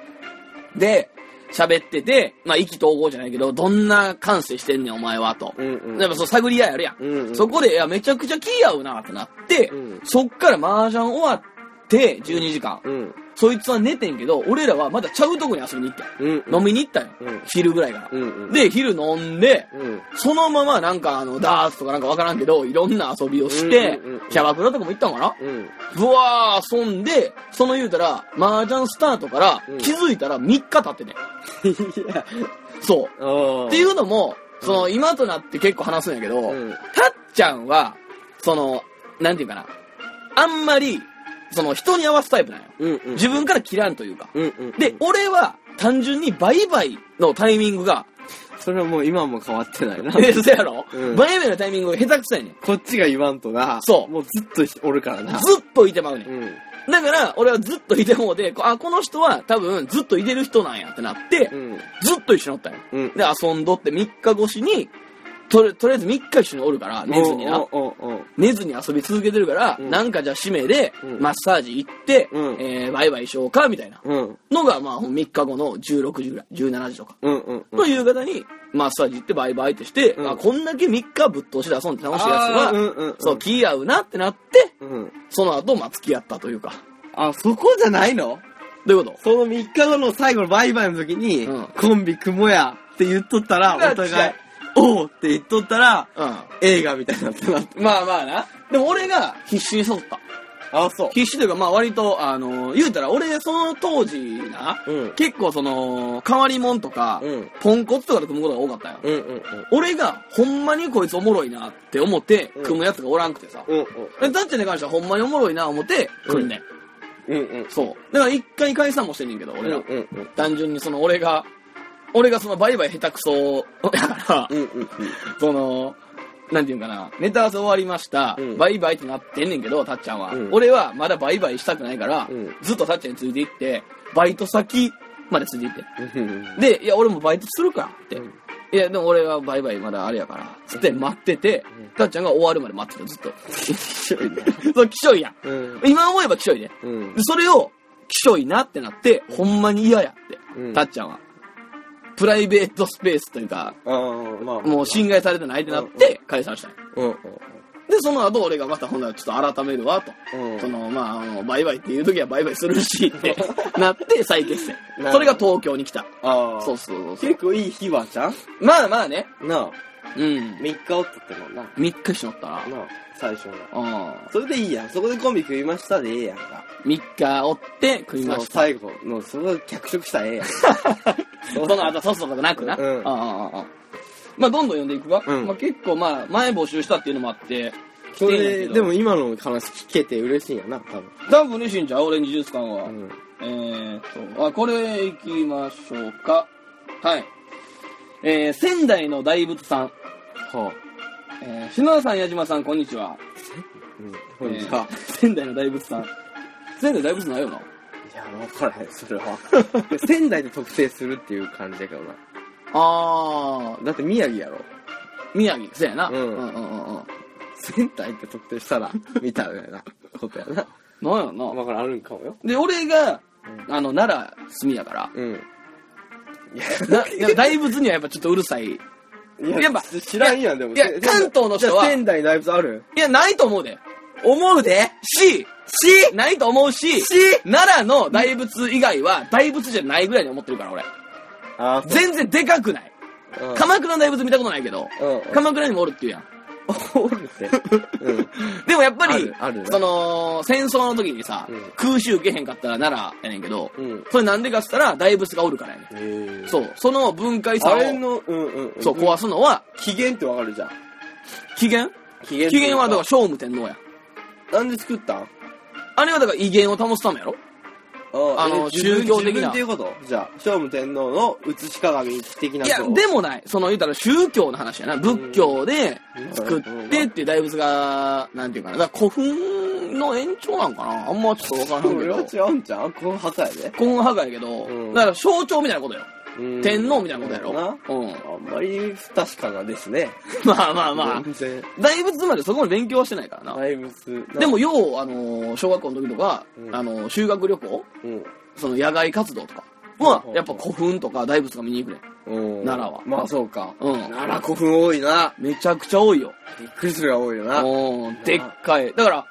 で、喋ってて、まあ、意気投合じゃないけど、どんな感性してんねん、お前は、と。うんうんやっぱそう、探り合いあるやん。うんうんそこで、いや、めちゃくちゃ気合うな、ってなって、うんそっから麻雀終わって、12時間、うん。そいつは寝てんけど、俺らはまだちゃうとこに遊びに行ったようん。飲みに行ったよ、うん昼ぐらいから。うんうんで、昼飲んで、うん。そのままなんかあの、ダーツとかなんかわからんけど、いろんな遊びをして、うんうんうんキャバクラとかも行ったんかなうん。ぶわー遊んで、その言うたら、麻雀スタートからうん気づいたら3日経ってね。いや。そう。お。っていううのも、その今となって結構話すんやけど、うんたっちゃんは、その、なんていうかな、あんまり、その人に合わすタイプなんよ。うんうん。自分から切らんというか。うんうん。で、、俺は単純にバイバイのタイミングが、それはもう今も変わってないな。え、そやろ、うんバイバイのタイミングが下手くそやねん。こっちが言わんとな。そうもうずっとおるからな。ずっといてまうねんう。ん。だから、俺はずっといてもうで、こあ、この人は多分ずっといてる人なんやってなって、うん。ずっと一緒におったんよ。うんで、遊んどって3日越しに、とりとりあえず3日一緒におるから、寝ずにな。おうおうおう寝ずに遊び続けてるから、うんなんかじゃあ締めでうん、マッサージ行って、うんえー、バイバイしようか、みたいな。うん。のが、まあ、3日後の16時ぐらい、17時とか。うんうんうん。の夕方に、マッサージ行ってバイバイってして、うんあ、こんだけ3日ぶっ通しで遊んで楽しいやつあは、ーうんうんうんそう、気合うなってなって、うん。その後、まあ、付き合ったというか。あ、そこじゃないのどういうことその3日後の最後のバイバイの時に、うんコンビ組もうやって言っとったら、いやお互違、いうおうって言っとったら、うん。映画みたいになってなって。まあまあな。でも俺が必死に誘った。あ、そう。必死というか、まあ割と、あの、言うたら俺、その当時な、うん結構その、変わりもんとか、うんポンコツとかで組むことが多かったよ。うんうんうん。俺が、ほんまにこいつおもろいなって思って、うん組むやつがおらんくてさ。うんえだってに関してはほんまにおもろいな思って、組んでん、うん。うんうん。そう。だから一回解散もしてんねんけど、俺ら。うんうん単純にその俺が、俺がそのバイバイ下手くそ、だから、うんうんその、なんていうんかな、ネタ合わせ終わりました、うんバイバイってなってんねんけど、たっちゃんは。うん俺はまだバイバイしたくないから、うんずっとたっちゃんについていって、バイト先までついていって。うん。で、いや、俺もバイトするからって。うんいや、でも俺はバイバイまだあれやから、つって待ってて、うんたっちゃんが終わるまで待ってた、ずっと。 *laughs* そう、きしょいやん。うん。今思えばきしょいで。うんで。それを、きしょいなってなって、ほんまに嫌やって、うんたっちゃんは。プライベートスペースというか、ああ、まあ。もう侵害されてないってなって、解散したんようんうん。で、その後俺がまたほんならちょっと改めるわと。うんその、まあ、あの、バイバイっていう時はバイバイする *laughs* しってなって再結成ほ。どそれが東京に来た。ああ。そうそうそう。結構いい日はちゃんまあまあね。なあ。うん。三日おったってもんな。な3日しまったら。あ。最初の。うん。それでいいやん。そこでコンビ食いましたでええやんか。 3日おって食いまそう、した。最後の、そこで脚色したらえ *laughs* えやん。その後、そうそうとかなくな。うんああああまあ、どんどん読んでいくわ。うんまあ結構まあ、前募集したっていうのもあって、そ来てんやれけどで、でも今の話聞けて嬉しいんやな、多分。多分ね、しんちゃん、オレンジジュース感は。うんえーっと、あ、これ行きましょうか。はい。えー、仙台の大仏さん。はあ。えー、篠田さん、矢島さん、こんにちは。うん。えほんじゃー。 *laughs* 仙台の大仏さん。仙台大仏ないよな。いや、わからへん、それは。仙台で特定するっていう感じだけどな。あー、だって宮城やろ。宮城、そうやな。うんうんうんうんうん。仙台って特定したら、みたいなことやな。なんやろな。からあるんかもよ。で、俺が、あの、奈良、住みやから。うん。いな、いや大仏にはやっぱちょっとうるさい。いや、やっぱ知らんやん、でも。いやせ関東の人はじゃあ仙台大仏あるや、ないと思うで。思うでし、しないと思うし、し奈良の大仏以外は大仏じゃないぐらいに思ってるから俺。あー、全然でかくない。うん鎌倉の大仏見たことないけどうん、鎌倉にもおるっていうやん。おるって。うん。でもやっぱありるある、ねその、戦争の時にさうん、空襲受けへんかったら奈良やねんけどうん、それなんでかっつったら大仏がおるからやねん。へそう、その文化遺あ産れを、の、うんうんん。そう、壊すのは、起源ってわかるじゃん。起源起源起源はだからか聖武天皇や。ら。なんで作ったんあれはだから威厳を保つためやろああのえ自分宗教的な自分っていうことじゃあ、聖武天皇の写し鏡的ないや、像でもない。その言うたら宗教の話やな。仏教で作ってっていう大仏が、なんていうかな。だから古墳の延長なんかなあんまちょっとわからんけ俺はど。違うんじゃんこの旗やで。古墳破壊やけど、うんだから象徴みたいなことよ。うん天皇みたいなことやなろ。うん。 *laughs* あんまり不確かなですね。まあまあまあ。全然。大仏までそこまで勉強はしてないからな。大仏。で、も、よう、あのー、小学校の時とか、うんあのー、修学旅行うん。その野外活動とか。ほうはほ、うやっぱ古墳とか大仏が見に行くね。うん奈良はまあそうか。うん奈良古墳多いな。めちゃくちゃ多いよ。びっくりするが多いよな。うん、でっかい。だから、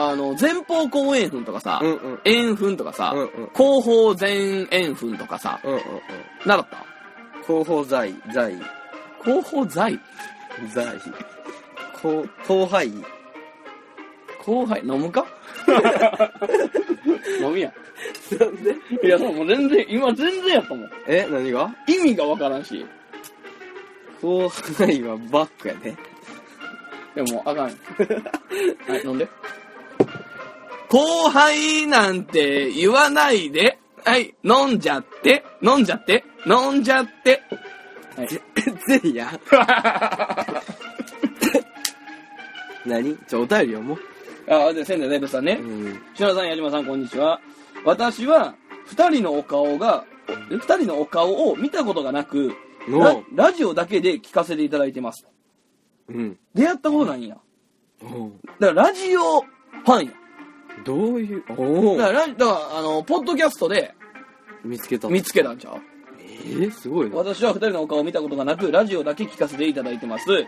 あの、前方後円墳とかさ、うんうん。円墳とかさ、うんうん後方前円墳とかさ、うんうんうん。習った後方在、在、後方在在。後、後輩。後輩飲 *laughs* むか飲みや。なんでいや、もう全然、今全然やったもん。え何が意味がわからんし。後輩はバックやね。でも、あかん。 *laughs* はい、飲んで。後輩なんて言わないで。はい、飲んじゃって。飲んじゃって。飲んじゃって。はい。 *laughs* ぜひや。何ちょ、お便り読もう。あ、で、仙台大仏さんね。ん。篠田さん、矢島さん、こんにちは。私は、二人のお顔が、え二人のお顔を見たことがなく、おララジオだけで聞かせていただいてます。うん。出会ったことないんや。だから、ラジオファンや。どういう、おだから、ラジだからあの、ポッドキャストで見つけた。見つけたんちゃうえー、すごいな。私は二人のお顔を見たことがなく、ラジオだけ聞かせていただいてます。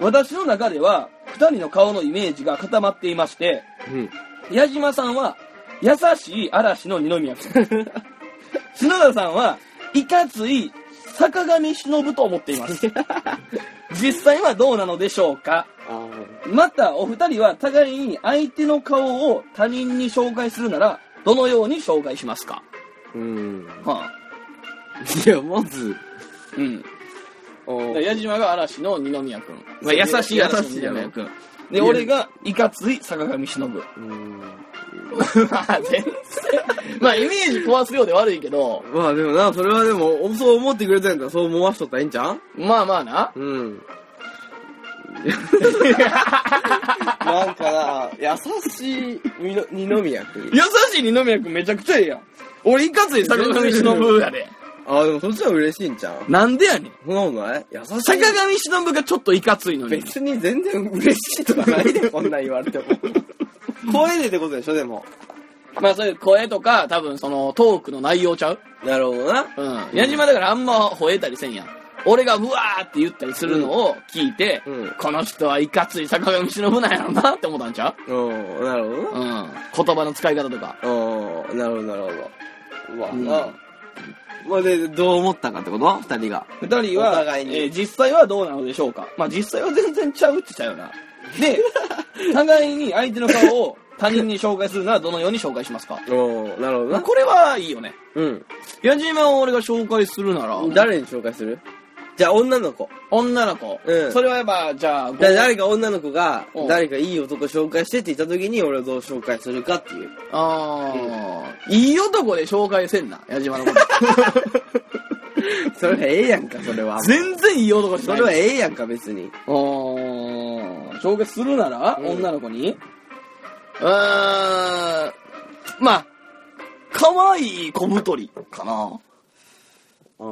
私の中では、二人の顔のイメージが固まっていまして、うん。矢島さんは、優しい嵐の二宮 *laughs* 君。篠田さんは、いかつい坂上忍と思っています。実際はどうなのでしょうかあまたお二人は互いに相手の顔を他人に紹介するならどのように紹介しますかうん。はあいや、まず、うんおだから矢島が嵐の二宮君、まあ優しい優嵐のしい二二宮宮君君で俺がいかつい坂上忍 *laughs* まうん。あ全然まあイメージ壊すようで悪いけどまあでもな、それはでも、そう思ってくれたんやったらそう思わしとったらええんちゃうまあまあなうん。 *laughs* なんかな、優しいみの二宮君。優しい二宮君めちゃくちゃええやん俺いかつい坂上忍やであ、でもそっちは嬉しいんちゃうなんでやねんそんなことない優しい。坂上忍がちょっといかついのに別に全然嬉しいとかないで、こんなん言われても。 *laughs* 声でってことでしょ、でも。まあそういう声とか多分そのトークの内容ちゃうなるほどな。うん。矢島だからあんま吠えたりせんやん。俺がうわーって言ったりするのを聞いて、うんこの人はいかつい坂上忍なんやろなって思ったんちゃうん、なるほどなううん。言葉の使い方とか。うん、なるほど、なるほど。まあな。うんまあで、どう思ったかってこと二人が。二人おは、互えいにー実際はどうなのでしょうかまあ実際は全然ちゃうってちゃうよな。で、互いに相手の顔を他人に紹介するならどのように紹介しますかうん、なるほどな。これはいいよね。うん。矢島を俺が紹介するなら、誰に紹介するじゃあ女の子。女の子。うんそれはやっぱ、じゃあ、じゃあ誰か女の子がうん、誰かいい男紹介してって言った時に俺をどう紹介するかっていう。ああ、いい男で紹介せんな、矢島のこ *laughs* それはええやんか、それはと。。全然いい男じ *laughs* そゃれはない。ええやんか、別に。あー紹介するなら、うん女の子にうーん、まあ、可愛い小太りかな。あー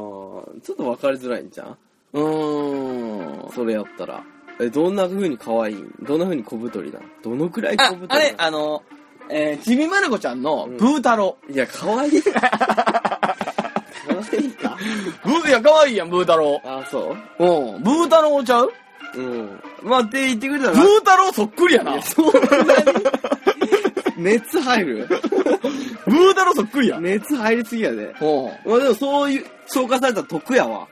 ちょっと分かりづらいんじゃんうーん。それやったら。え、どんな風に可愛いどんな風に小太りだどのくらい小あ太り、あれ、だあの、えー、ちびまる子ちゃんのうんブー太郎。いや、可愛い。可愛いか。ブー、いや、可愛いやん、ブー太郎。あ、そうん、ブー太郎ちゃうううん。まあ、って言ってくれたブらー、太郎そっくりやな。 *laughs* 熱入る。ブー太郎そっくりや。熱入りすぎやで。うん。まあでもそういう、紹介されたら得やわ。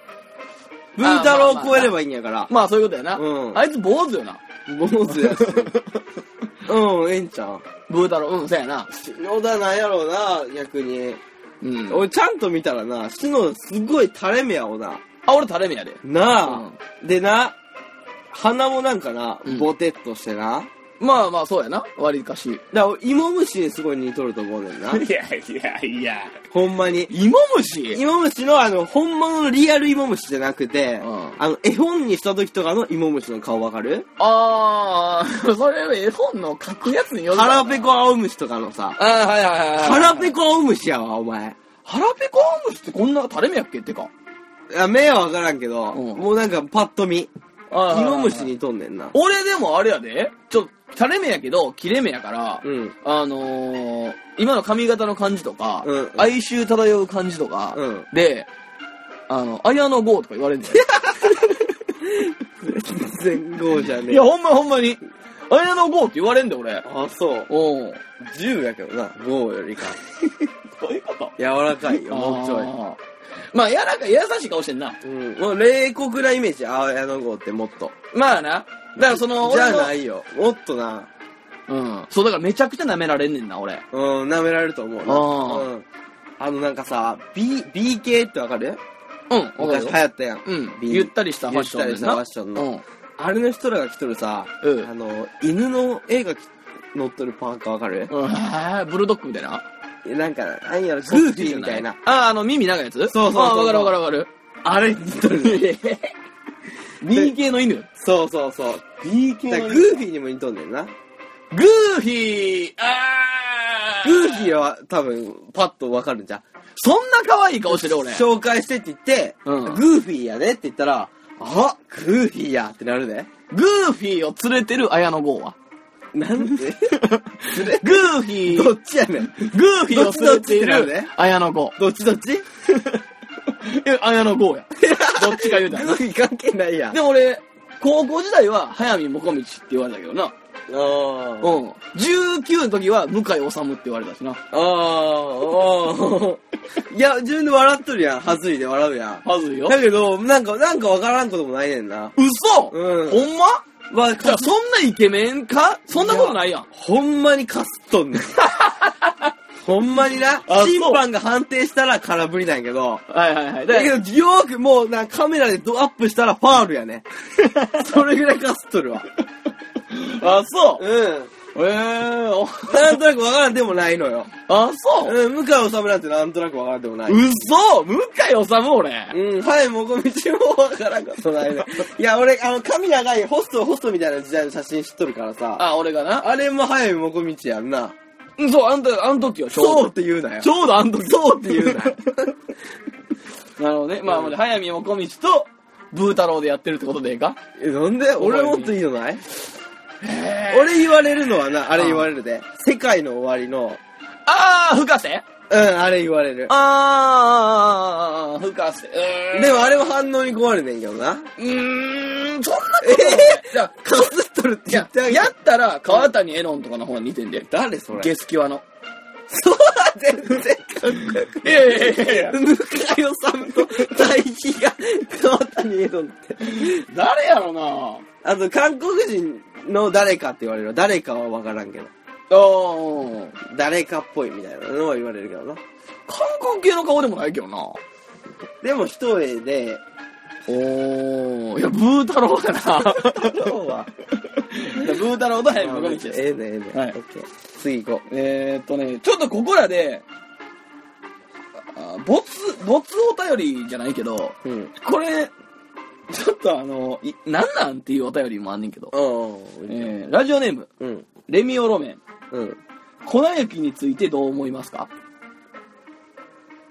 文太郎を超えればいいんやから。まあ、そういうことやな。うんあいつ坊主よな。坊主やし。うん、ええんちゃん。ブー太郎、うん、そうやな。篠田なんやろうな、逆に。うん。俺ちゃんと見たらな、篠田すごい垂れ目やおな。あ、俺垂れ目やで。なあ。でな、鼻もなんかなうん、ボテっとしてな。だかまあまあ、そうやな。割りかし。いら俺芋虫にすごい似とると思うね *laughs* んな。やいやいや。ほんまに。芋虫芋虫のあの、本物のリアル芋虫じゃなくて、うんあの、絵本にした時とかの芋虫の顔わかるあー、それ絵本の書くやつによるかカらなラペ。コ青虫とかのさ、あー、はいはいはいはい。カラペコ青虫やわ、お前。腹ペコ虫ってこんな垂れ目やっけってか。いや、目はわからんけど、うんもうなんかパッと見。あ芋虫。にとんねんな。俺でもあれやで。ちょ、垂れ目やけど、切れ目やから。うん。あのー、今の髪型の感じとか、うん哀愁漂う感じとか、 *laughs* うんで、あの、綾野剛とか言われるんだよ。全豪じゃねいえや、。ほんまほんまに。綾野剛って言われんだよ、俺。あ、そう。おう10やけどな、豪よりか。どういうこと柔らかいよ、もうちょい。い。まあ、柔らかい、優しい顔してんな。うん。もう冷酷なイメージ、あやの号ってもっと。まあな。だからその、じゃ俺のないよ。もっとな、うん。そう、だからめちゃくちゃ舐められんねんな、俺。うん、舐められると思うあーな。うん。あのなんかさ、B、BK ってわかるうん、わか昔る流よ。行ったやん。うん。 B ゆったりしたファッションでな。ゆったりしたファッションのうん。あれの人らが着とるさ、うんあの、犬の絵が乗っとるパーカーわかる、うん、へーブルドッグみたいな。なんか、なんやろ、グーフィーみたいな。。あー、あの、耳長いやつそうそうそうあーわかるわかるわかる。あれ似とるね。 BK の犬。そうそうそう。 BK だからグーフィーにも似とんねんな。グーフィーあーグーフィーは多分、パッとわかるんじゃん。そんな可愛い顔してる俺。紹介してって言って、うんグーフィーやねって言ったら、あグーフィーやってなるね。グーフィーを連れてる綾野剛は。なんでそれグーフィー、 *laughs* どグっちやねん。ーフィーを連れていどっちどっちってなるるね綾野剛。どっちどっちえ、綾野剛や。 *laughs* どっちか言うグたーらフな。ィー関係ないやん。でも俺、高校時代は早見もこみちって言われたけどな。あーうん。19の時は向井治って言われたしな。あーあー。いや、自分で笑っとるやん。はずいで笑うやん。はずいよだ。けど、なんか、なんかわからんこともないねんな。嘘うんほんまは、じゃあそんなイケメンかそんなことないやん。ほんまにかす *laughs* っとんねん。ほんまにな。あそう審判が判定したら空振りなんやけど。はいはいはい。だけでど、よーくもうな、カメラでドアップしたらファールや *laughs* ね。それぐらいかすっとるわ。あ、そうん。う。ええおなんとなくわからんでもないのよ。 *laughs* あ、そう。うん、向井治なんてなんとなくわからんでもない。嘘向井治俺。うん、はい、もこみちもわからんことないね。いや、俺、あの、髪長いホスト、ホストみたいな時代の写真知っとるからさ。あ、俺がな。あれも早いもこみちやんな。うんそう、あんた、あん時よ、ちょうどそうって言うなよち。ょうどあん時。そうって言うなよ。 *laughs* なるほどね。まあ、俺、早見もこみちと、ブー太郎でやってるってことでええかえ、なんで俺もっといいのないえ俺言われるのはな、あれ言われるで。世界の終わりの、あー、深瀬うん、あれ言われる。あー、深瀬。うーんでもあれは反応に困るねんけどな。うーん、そんなえぇじゃかすっとるって言ってああ、げやったら、川谷絵音とかの方が似てんで。誰そゲれスキワの。そう全然かっこよくいやいやいやいや向井さんと対比が川谷絵音って。誰やろな *laughs* あと、韓国人の誰かって言われるわ誰かはわからんけど。おー誰かっぽいみたいなのは言われるけどな。韓国系の顔でもないけどな。でも一重で、おーいや、ブー太郎か *laughs* な。今日は。 *laughs* ブー太郎と早見もこみちです。ええねええね。はいオッケー。次行こえーっとね、ちょっとここらで、あボツ、ボツお便りじゃないけど、う。うん。これ、ちょっとあの、いなんなんっていうお便りもあんねんけど、えうん。ーラジオネーム、うん。レミオロメン、うん。粉雪についてどう思いますか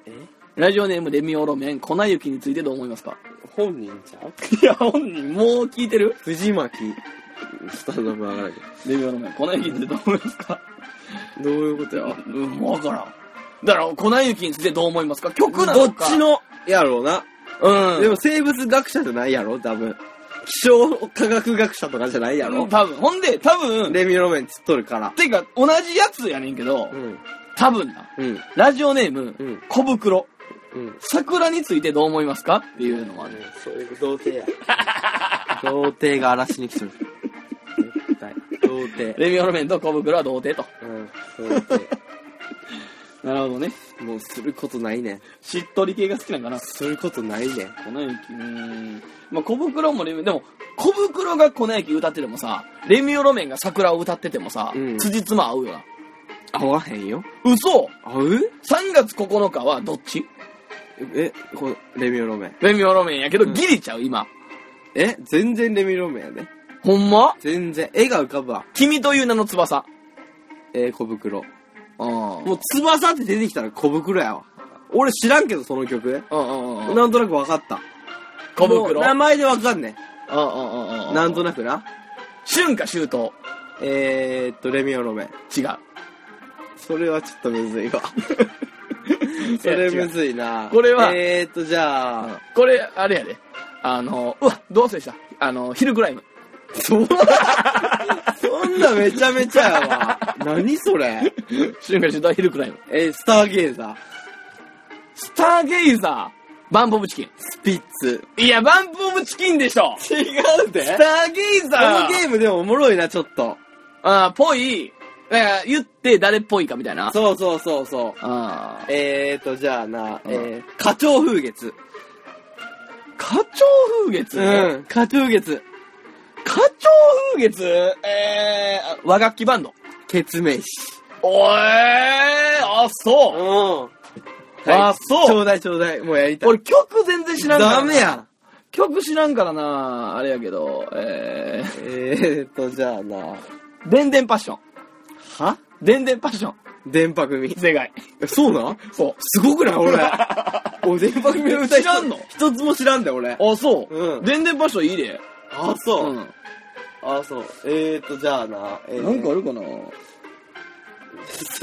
えラジオネーム、レミオロメン、粉雪についてどう思いますか本人ちゃういや、本人もう聞いてる藤巻。ちょっと名前わからんけレミオロメン、粉雪についてどう思いますかど。どういうことやうん、わからん。だから、粉雪についてどう思いますか曲などのっかちのやろうな。うん。でも生物学者じゃないやろ多分。気象科学学者とかじゃないやろ、多分。ほんで、多分、レミロメンつっとるから。てか、同じやつやねんけど、ん。多分な。うん。ラジオネーム、うん小袋。うん。桜についてどう思いますかっていうのもある。そういう童貞 *laughs* や。童貞が荒らしに来てる。絶対。童貞。レミオロメンと小袋は童貞と。うん。童貞。なるほどね。もうすることないねん。しっとり系が好きなんかな。することないね粉ん。雪、うーん。まあ、小袋もレミ、でも、小袋が粉雪歌っててもさ、レミオロメンが桜を歌っててもさ、うん辻褄合うよな。合わへんよ。嘘合う !3 月9日はどっちえ、このレミオロメン。レミオロメンやけど、うんギリちゃう、今。え、全然レミロメンやね。ほんま全然。絵が浮かぶわ。君という名の翼。えー、小袋。うん。もう翼って出てきたら小袋やわ。俺知らんけど、その曲。うんうんうんうん。なんとなく分かった。小もう袋。名前で分かんねうんうんうんうん。なんとなくな。春夏秋冬。えー、っと、レミオロメン。違う。それはちょっとむず *laughs* いわ。 *laughs* それむずいな。これはえー、っと、じゃあ、これ、あれやで。あの、うわ、どうせでした。あの、ヒルクライ *laughs* ム。そんな、そんなめちゃめちゃやわ。何 *laughs* それ。春夏秋冬ヒルクライム。えー、スターゲイザー、スターゲイザー。バンプオブチキスピッツ。ン。いや、バンプオブチキンでしょ。違うでスこターゲイザのー。ゲームでもおもろいな、ちょっと。あーぽい。だから言って誰っぽいかみたいな。そうそうそうそう。あーえーと、じゃあな、うんえー、花鳥風月。花鳥風月うん、花鳥月。花鳥風月えー、あ和楽器バンド。ケツメイシ。おえー、あ、そう。うん。あそうちょうだいちょうだい。もうやりたい。俺曲全然知らんからな。ダメやん。曲知らんからなあれやけど、ええーと、じゃあな。ー、でんでんパッション。はでんでんパッション。電波組。正解。そうなんそう。すごくない *laughs* 俺。俺、電波組の歌 *laughs* 知らんの一つも知らんだよ、俺。あ、そう。うんでんでんパッションいいで。あ、そん。あ、そう。えーと、じゃあな。えーなんかあるかなち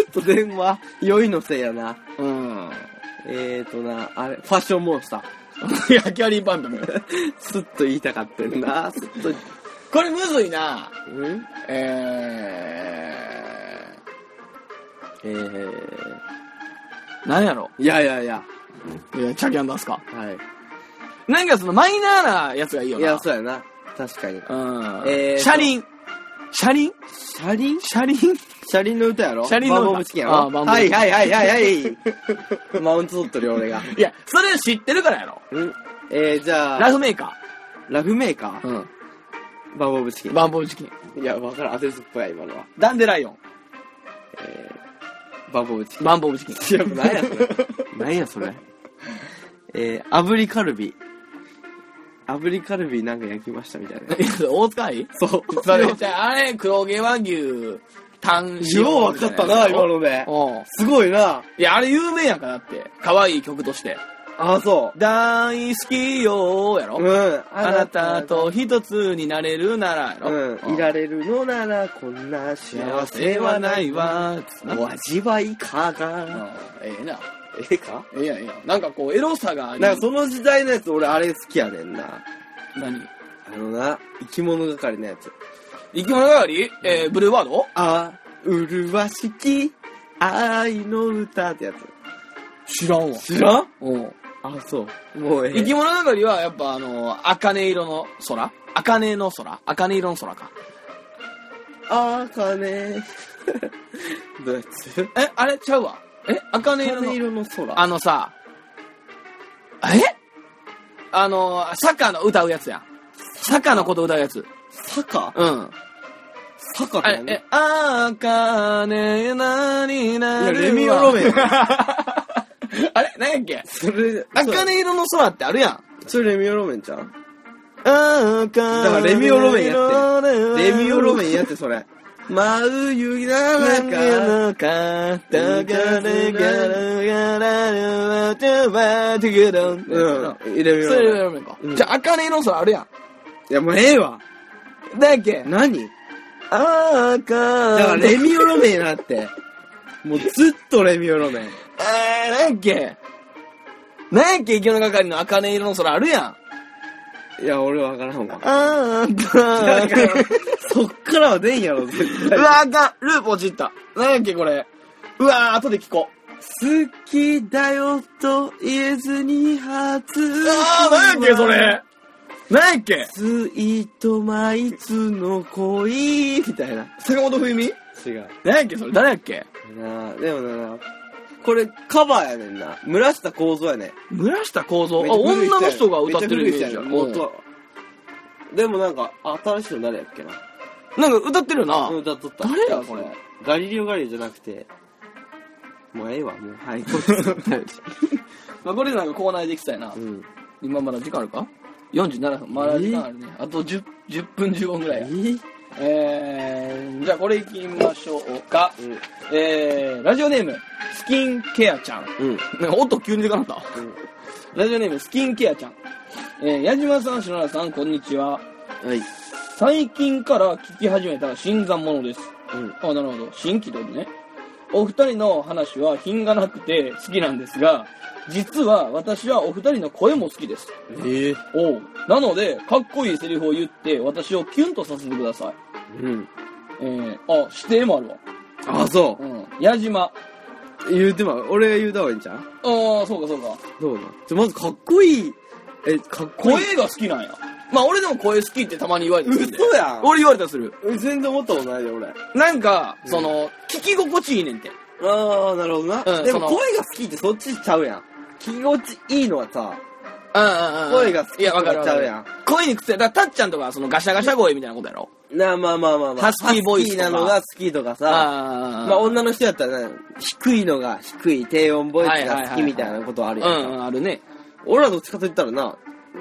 ょっと電話、酔いのせいやな。うん。 *laughs* えーとな、あれ、ファッションモンスター。いや、キャリーパンダム。 *laughs* すっと言いたかったよな。すっと。これむずいなうんええー。ー、なんやろいやいやいや。いや、チャキャン出すか。はなんかそのマイナーなやつがいいよい。いな。や、そうやな。確かに。うん。えーと車輪。車輪車輪車輪車輪の歌やろ車輪の歌バンボーブチキンやろあーバンボーはブチいキンはいはいは *laughs* いはい。マウント取ってるよ、俺が。いや、それ知ってるからやろ。うんえー、じゃあ、ラフメーカラフメーカー。うん。ーバンボーブチキン。バンボーチキン。いや、わからん。当てずっぽや、今のは。ダンデライオン。えー、バンボーブチキン。バンボーチキン。 *laughs* いや、何やそれ。何やそれ。 *laughs* えー、炙りカルビ。炙りカルビなんか焼きましたみたい *laughs* な。いや大塚愛そう。 *laughs* あそれれ、。じゃああれ、黒毛和牛、単よう分かったな、今 *laughs* ので。うん。すごいな。いや、あれ有名やんか、だって。可愛い曲として。ああ、そう。大好きよーやろ、うん。あなたと一つになれるならやろ、うん、いられるのならこんな幸幸せせははなないいわ。わーつなお味はいかうが。んええな。ええかええやんええやん。なんかこう、エロさがありなんかその時代のやつ俺あれ好きやねんな。何あのな、生き物係のやつ。生き物がわりえー、ブルーワードあ、麗しき愛の歌ってや知らんわ。つ。知らんうん。あ、そう。もうえ生え。き物がわりは、やっぱあの、茜色の空茜の空茜色の空か。あ *laughs* かね。どうやつえ、あれちゃうわ。え茜色金の。色の空。あのさ、えあの、サッカーの歌うやつやん。サッカーのこと歌うやつ。坂うん。坂っあてれ、何え、あかねなにいなやに。レミオロメン *laughs* あれなんやっけそれ、あかね色の空ってあるやん。それレミオロメンちゃんあかだからレミオロメンやっレミオロメン。ンやってそれ。舞う雪の中。のか、だからからやられはてはてけど。うん。入れるそれレミオロメンかうん。じゃあ、あかね色の空あるやん。いや、もうええわ。だっけ何あーかだからレミ、ミオロメンなって。もうずっとレミオロメン。あー、なんやっけなんやっけ生き物係の茜色の空あるやん。いや、俺わからんわ。あーかだからそっからは出んやろ、絶う対。わ、あかん。ループ落ちった。なんやっけこれ。うわー、後で聞こう。好きだよと言えずに初。あー、なんやっけそれ。。なんやっけずっとまいつの恋、みたいな。坂本冬美違う。なんやっけそれ。誰やっけなあでもな、これカバーやねんな。村下構造やねん。村下幸め三。っあ、ちゃ古い女人やの人が歌ってるイメージある。めっちゃ古い人やね元でもなんか、新しいの誰やっけな。なんか歌ってるよな。歌っとった。誰やこれ。ガリレオガリレオじゃなくて、もうええわ、もう。はい。 *laughs* まあ、これなんかコーナーできたいな。 *laughs* うん。今まだ時間あるか ?47 分。まだ時間あるね。あと 10, 10分15分ぐらいや。えー、じゃあこれいきましょうか。えー、ラジオネーム、スキンケアちゃん。うん。なんか音急にでかなった。ラジオネーム、スキンケアちゃん。えー、矢島さん、篠原さん、こんにちは。はい。最近から聞き始めた新参者です。うん。あ、なるほど。新規ってことね。お二人の話は品がなくて好きなんですが、実は私はお二人の声も好きです。ええ。おうなので、かっこいいセリフを言って、私をキュンとさせてください。うん。えー、あ、指定もあるわ。あ、そうん。矢島。あう。言うてまう。俺が言うた方がいいんちゃうあ、そうかそうか。どうなんじゃ、まずかっこいい。え、かっこいい。声が好きなんや。まあ俺でも声好きってたまに言われてるんで。嘘やん俺言われたりする。え全然思ったことないで、俺。あなんか、その、聞き心地いいねんて。あ、なるほどな。うんでもその声が好きってそっちちゃうやん。気持ちいいのはさ、うんうんうん。声が好きいや、わかるわかちゃうるやん。声に癖、だからたっちゃんとかそのガシャガシャ声みたいなことやろ。なあ、まあまあまあまあ。ハスキーボイスとかハキーなのが好きとかさ。あまあ女の人やったらね、低いのが低い、低音ボイスはいはいはいはが好いきみたいなことあるやんうか。んうん、あるね。俺らどっちかと言ったらな、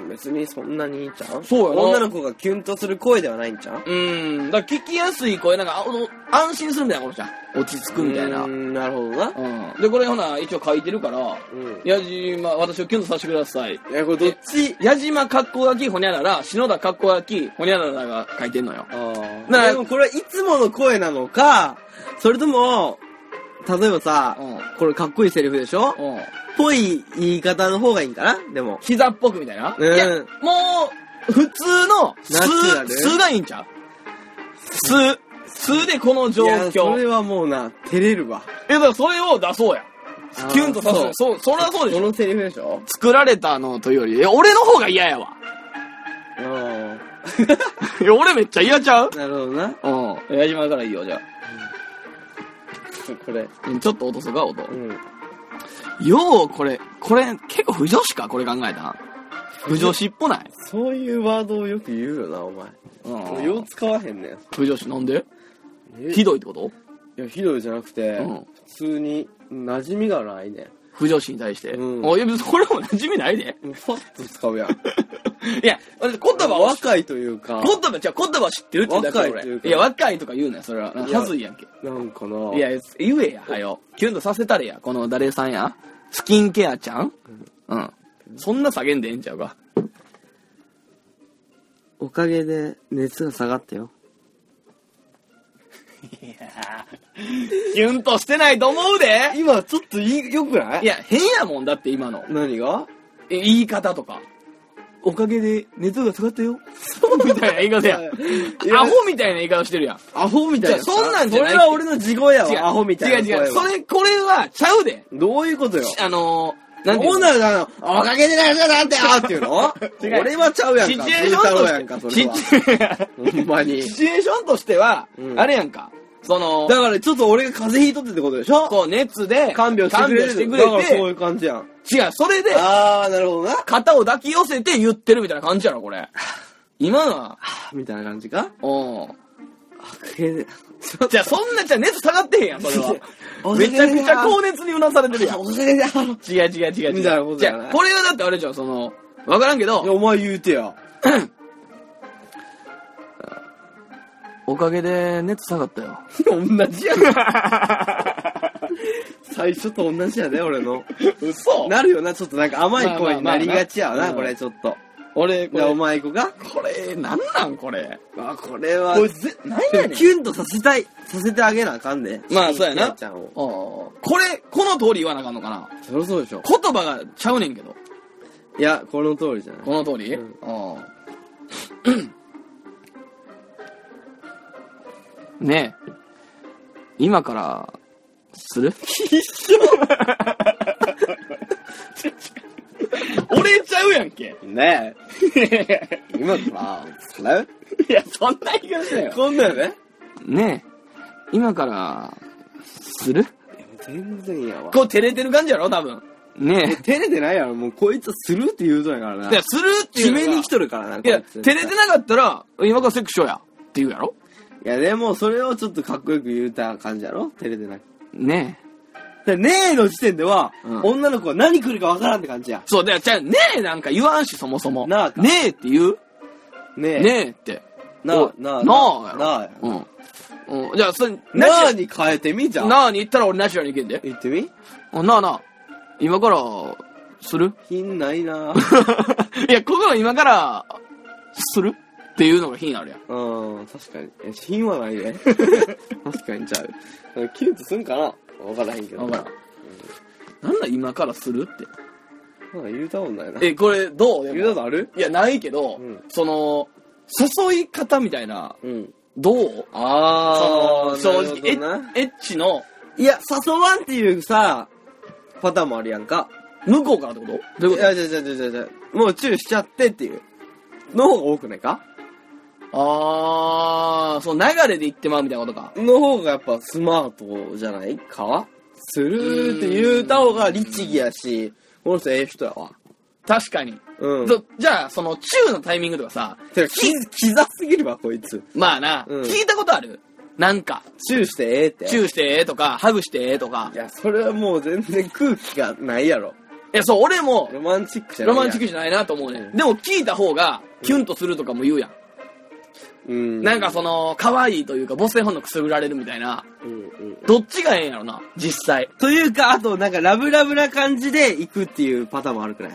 別にそんなにいいんちゃうそうやな女の子がキュンとする声ではないんちゃううん。だから聞きやすい声、なんか、あの安心するみたいなことじゃん。落ち着くみたいなうー。んなるほどな。うんで、これほな、一応書いてるから、うん矢島、私をキュンとさせてください。いや、これどっち矢島かっこがきほにゃらら、篠田かっこがきほにゃららが書いてんのよ。あなでもこれはいつもの声なのか、それとも、例えばさ、うんこれかっこいいセリフでしょうん。ぽい言い方の方がいいんかなでも。膝っぽくみたいな。うんいや、もう、普通の、ナチュラル数、数がいいんちゃう数、数でこの状いやそれ況。はもうな、照れるわ。え、だからそれを出そうや。あーキュンとさせそうる。そう、それはそうでしこょ。のセリフでしょ作られたのというより、いや俺の方が嫌やわ。うん。いや俺めっちゃ嫌ちゃう *laughs* なるほどな。うん。矢島からいいよ、じゃこれ。うんちょっと落とすか、音う。ん。よう、これ、これ、結構不女子か、これ考えたら。不女子っぽない。そういうワードをよく言うよな、お前。うんよう使わへんねん。不女子なんでえひどいってこといや、ひどいじゃなくて、うん普通に馴染みがないね不女子に対して。うんおいや、別にこれも馴染みないで。ん。もうファッと使うやん。 *laughs* *laughs* いや、俺言葉は若いというか、言葉、じゃあ言葉知ってるってだけ若い俺というかいや、若いとか言うなよ、それは。いやはずいやんけ。なんかないや、言えや、はよ。キュンとさせたれや、この誰さんや。スキンケアちゃんうん。そんな下げんでええんちゃう *laughs* か。おかげで熱が下がったよ。キュンとしてないと思うで今、ちょっといい、よくないいや、変やもんだって今の。何がえ言い方とか。おかげで熱が下がったよ。みたいな言い方やん。アホみたいな言い方してるやん。アホみたいな。じゃあそんなんじゃないそれは俺の地声や違う。わ、アホみたいな。違う違う。声そはれ、これは、ちゃうで。どういうことよ。あのー、なんていうオーのナーが、おかげで熱が下がったよっていうの *laughs* 違う俺はちゃうやんシか。チュエーションブー太郎やんか、とそしれては。シチュほんまに。シチュエーションとしては、うんあれやんか。その、だからちょっと俺が風邪ひいとってってことでしょこう熱で、看病してくれる。看病だからしてそうくいれう感じやん。て、違う、それで、あー、なるほどな。肩を抱き寄せて言ってるみたいな感じやろ、これ。今のは、みたいな感じかおん。ちじゃあ、そんな、じゃあ熱下がってへんやん、それ *laughs* は。おめちゃくちゃ高熱にうなされてるやん。おれだ。違う違う違う違う。みたいなことやなじゃあこれはだってあれじゃん、その、わからんけど、お前言うてや。おかげで熱下がったよ。同じやん。最初と同じやで、俺の。 *laughs* 嘘なるよな、ちょっとなんか甘い声になりがちやわまあまな、あこまあなれちょっと。俺、こじゃあ、おれ、前行こうか。これ、なんなんこれ。あ、これはこれ、ぜ、なんやねん。キュンとさせたい、させてあげなあかんで。まあそうやなちゃんを。これ、この通り言わなあかんのかなそりゃそうでしょ。言葉がちゃうねんけど。いや、この通りじゃない。この通り、ううんん、ねえ、今から、する俺ちゃうやんけ。ねえ。 *laughs* 今から、それいや、そんな言い方だ。こんなんね。ねえ、今から、する全然やわ。こう照れてる感じやろ、多分。ね照れてないやろ、もうこいつはスルーって言うとんやからな。え。いや、するっていうの決が。めに来とるからな、いや、こつ照れてなかったら、今からセクションや。って言うやろいや、でも、それをちょっとかっこよく言うた感じやろ照れてない。ねえ。でねえの時点では、うん女の子は何来るかわからんって感じや。そう、だから、じゃあねえなんか言わんし、そもそも。なあかねえって言うねえ。ねえって。なおあ、なあ、なあ、なあやろ。うん。うん。じゃあ、それ、なナあチに変えてみ、じゃュあ。なあに言ったら俺ナチュラルにいけんで。言ってみうんなあなあ、今から、す *laughs* る品な *laughs* いないや、ここの今から、するっていうのが品あるやん。うん、確かに。え品はない *laughs* ね。確かにちゃう。キュンとすんかなわからへんけど。わからん。なんだ今からするって。まだ言うたことないな。え、これ、どうで言うたもことあるいや、ないけど、うんその、誘い方みたいな、うん。どうその正あなるほ直エどなッ、エッチの、いや、誘わんっていうさ、パターンもあるやんか。向こうからってことどういいうこや、じゃじゃじゃじゃじゃもうチューしちゃってっていう。の方が多くないかとあー、その流れで言ってまうみたいなことか。の方がやっぱスマートじゃないかするーって言うた方が律儀やし、この人ええ人やわ。確かに。うん。どじゃあ、その、チューのタイミングとかさ、てか、キキザすぎるわ、こいつ。まあな、うん聞いたことあるなんか、チューしてええって。チューしてええとか、ハグしてええとかい。や、それはもう全然空気がないやろ。いや、そう、俺も、ロマンチックじゃなロいやん。マンチックじゃないなと思うね。うんん、でも、聞いた方が、キュンとするとかも言うやん。うん。なんか、その、可愛いというか、母性本能くすぐられるみたいな。うんうん。どっちがええんやろな、実際。というか、あと、なんか、ラブラブな感じで行くっていうパターンもあるくない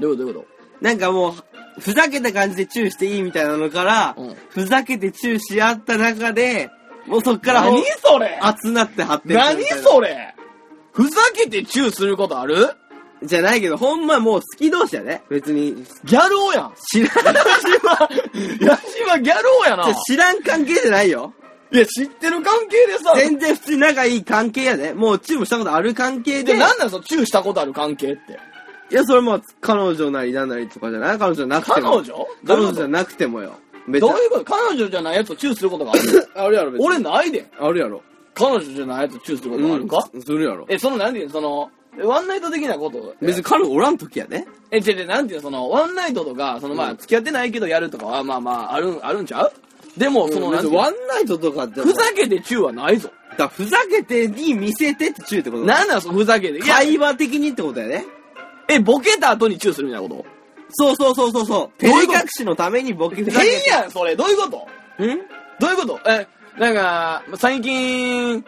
どういうことどういうこなんかもう、ふざけた感じでチューしていいみたいなのから、うんふざけてチューし合った中で、もうそっとから、何それ熱なって発展する何みたいなそれふざけてチューすることあるじゃないけど、ほんまもう好き同士やね。別に、ギャル王やん。知らん、 *laughs* ヤシはギャル王やな。知らん関係じゃないよ。いや、知ってる関係でさ、全然普通に仲いい関係やね。もうチューもしたことある関係で、で。なんだその、チューしたことある関係って。いや、それも彼女なりなんなりとかじゃない彼女じゃなくて彼も。女彼女じゃなくてもよ。めちどうゃいうこと彼女じゃないやつをチューすることがあるあるやろ、 *laughs* 別に。俺ないで。あるやろ。彼女じゃないやつをチューすることがあるか、うん、するやろ。え、その、なんていうの、その、ワンナイト的なこと。別に彼おらん時やね。え、違う違う、なんていうの、その、ワンナイトとか、その、まあ、付き合ってないけどやるとかは、まあまあ、あるん、あるんちゃうでも、その、うんなん別てにいうのワンナイトとかって。ふざけてチューはないぞ。だからふざけてに見せてって注意ってことだなんなんそのふざけて。いや、会話的にってことだよね。え、ボケた後にチューするみたいなことそうそうそうそうそう。ど照ういうれこと隠しのためにボケふざけ変て。やん、それ。どういうことんどういうことえ、なんか、最近、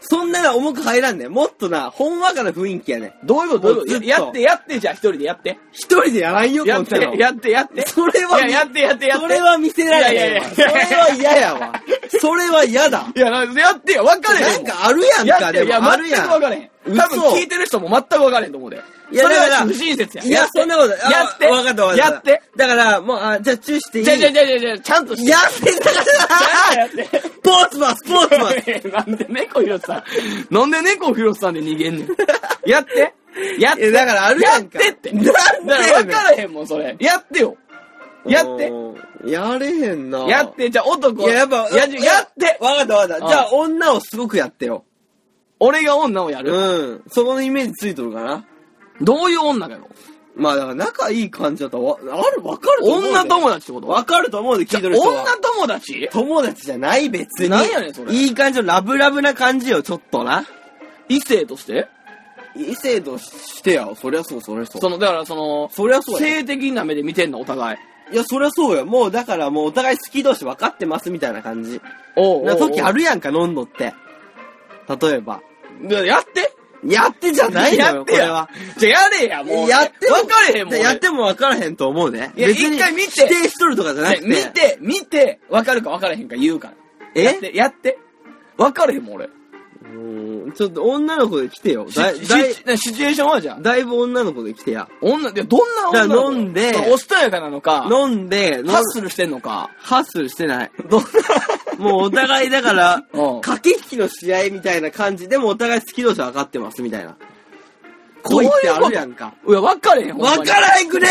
そんなの重く入らんねもっとな、ほんわかな雰囲気やねどういうことどういうことずっとややって、やって、じゃあ一人でやって。一人でやらんよ、やこっんなて、の。やって、やって。それはいや、やって、やって、やって。それは見せられないわ。いそれやいやいやは嫌やわ。それは嫌だ。いや、なんかやってよ、分かれへんなもんかあるやんか、やってでよいや、もあるや全く分かれへん。多分嘘聞いてる人も全く分かれへんと思うで。いやそれだはから不親切や。いや、そんなことあやって。わかったわかった。やって。。だから、もう、あ、じゃあチューしていいじゃあじゃあじゃあじゃあちゃんとして。やってんだかやらってやってスポーツマン、スポーツ *laughs* マン。 *laughs* なんで猫ひろしさん。なんで猫ひろしさんで逃げんねん。やって。やっいやて。だからあるやんかやってって。なんでやねん分からへんもん、それ。やってよ。やって。おー。やれへんな。やっ。て。じゃあ男。いや、やっぱ、やじやって。わかったわかっうんた。じゃあ、女をすごくやってよ。俺が女をやる。うん。そこのイメージついとるかな。どういう女だろまあ、だから仲いい感じだとわ、ある、わかると思うで。女友達ってことわかると思うで、聞いてる人は。女友達友達じゃない、別に。なんやねんそれいい感じのラブラブな感じよ、ちょっとな。異性として異性としてや、そりゃそう、そりゃそう。その、だからその、そりゃそうや。性的な目で見てんの、お互い。いや、そりゃそうや。もう、だからもう、お互い好き同士分かってます、みたいな感じ。おな時あるるやんか、飲んどって。例えば。やってやってじゃないのやよ、っこてれやは。。じゃあやれや、もう。やっても分かれへんもん。やっても分からへんと思うね。いや別に一回見て否定しとるとかじゃなねくて。見て、見て、分かるか分からへんか言うから。やっえて、やって。分かれへんもん、俺。うーんちょっと女の子で来てよ。しだいしだいなシチュエーションはじゃあ。だいぶ女の子で来てや。女、いや、どんな女だから飲んでおしとやかなのか、飲んで、飲んハッスルしてんのか。ハッスルしてない。 *laughs* もうお互いだから *laughs* うん、駆け引きの試合みたいな感じでもお互い好き同士分かってますみたいな。どういう恋っことてあるやんか。いや、分かれへん、分からへんくね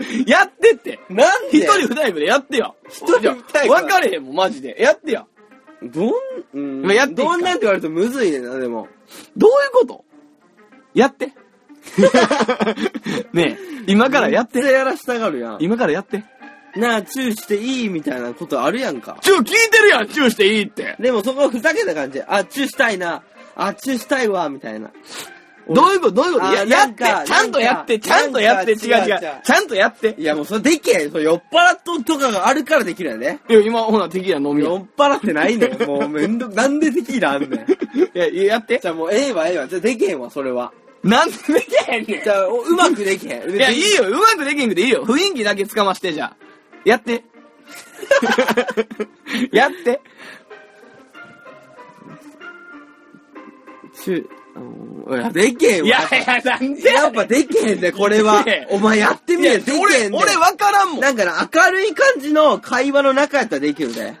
へん *laughs* やってって。なんで一人二役でやってや。一人二役分かれへんもん、マジで。やってや。 *laughs* どん、うんまあやっていいかどんなんって言われるとむずいねんな、でも。どういうことや *laughs* って。ねえ、今からやって。絶対やらしたがるやん。今からやって。なあ、チューしていいみたいなことあるやんか。チュー聞いてるやん、チューしていいって。でもそこはふざけた感じ。あ、チューしたいな。あ、チューしたいわ、みたいな。どういうことどういうことあやーやなっんてかちゃんとやってなんちかゃんとやって違う違うなんか違う違うちゃんとやっていや、もうそれでけへん。それ酔っ払っととかがあるからできるよね。いや今ほな敵や飲み酔っ払ってないねん。もうめんどく、なんでテキーラあんねん。いやいややってじゃあもうええわええわ。じゃあでけへんわ、それは。なんでできへんねじゃあ、おうまくできへん。んいやいいようまくできへんくていいよ雰囲気だけつかましてじゃあやって *laughs* やってチュー、あのーいや、でけへんわ。いやいやなんでやっぱでけへんで、これはでけへん。お前やってみいやれ、でけへ俺んで。俺分からんもんなんかな、明るい感じの会話の中やったらできるね。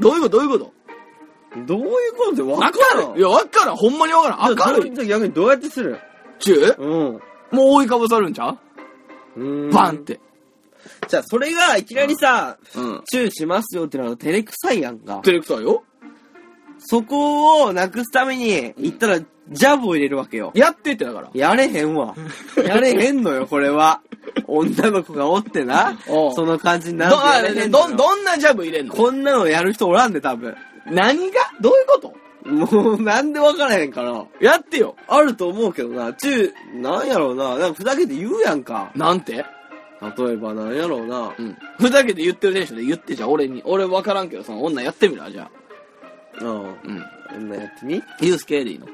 どういうことどういうことどういうことで分分からんいや分からんほんまに分からん明るいい。逆にどうやってするチューうん。うもう覆いかぶさるんちゃーうんバンっ。てじゃあ、それがいきなりさ、うんチューしますよってのは照れくさいやんか。照れくさいよそこをなくすために、言ったら、ジャブを入れるわけよ。やってってだからやれへんわ。やれへんのよ、これは。女の子がおってな。おうその感じになどやあれへんどのよんどんなジャブ入れんのこんなのやる人おらんで、多分。何がどういうこともう、なんで分からへんかな。やってよあると思うけどな。チュー、なんやろうな。なんかふざけて言うやんか。なんて例えばなんやろうな。うん。ふざけて言ってる選手で言ってじゃあ俺に。俺分からんけど、その女やってみるじゃあ。うん。うん。こんなんやってみユース系でいいの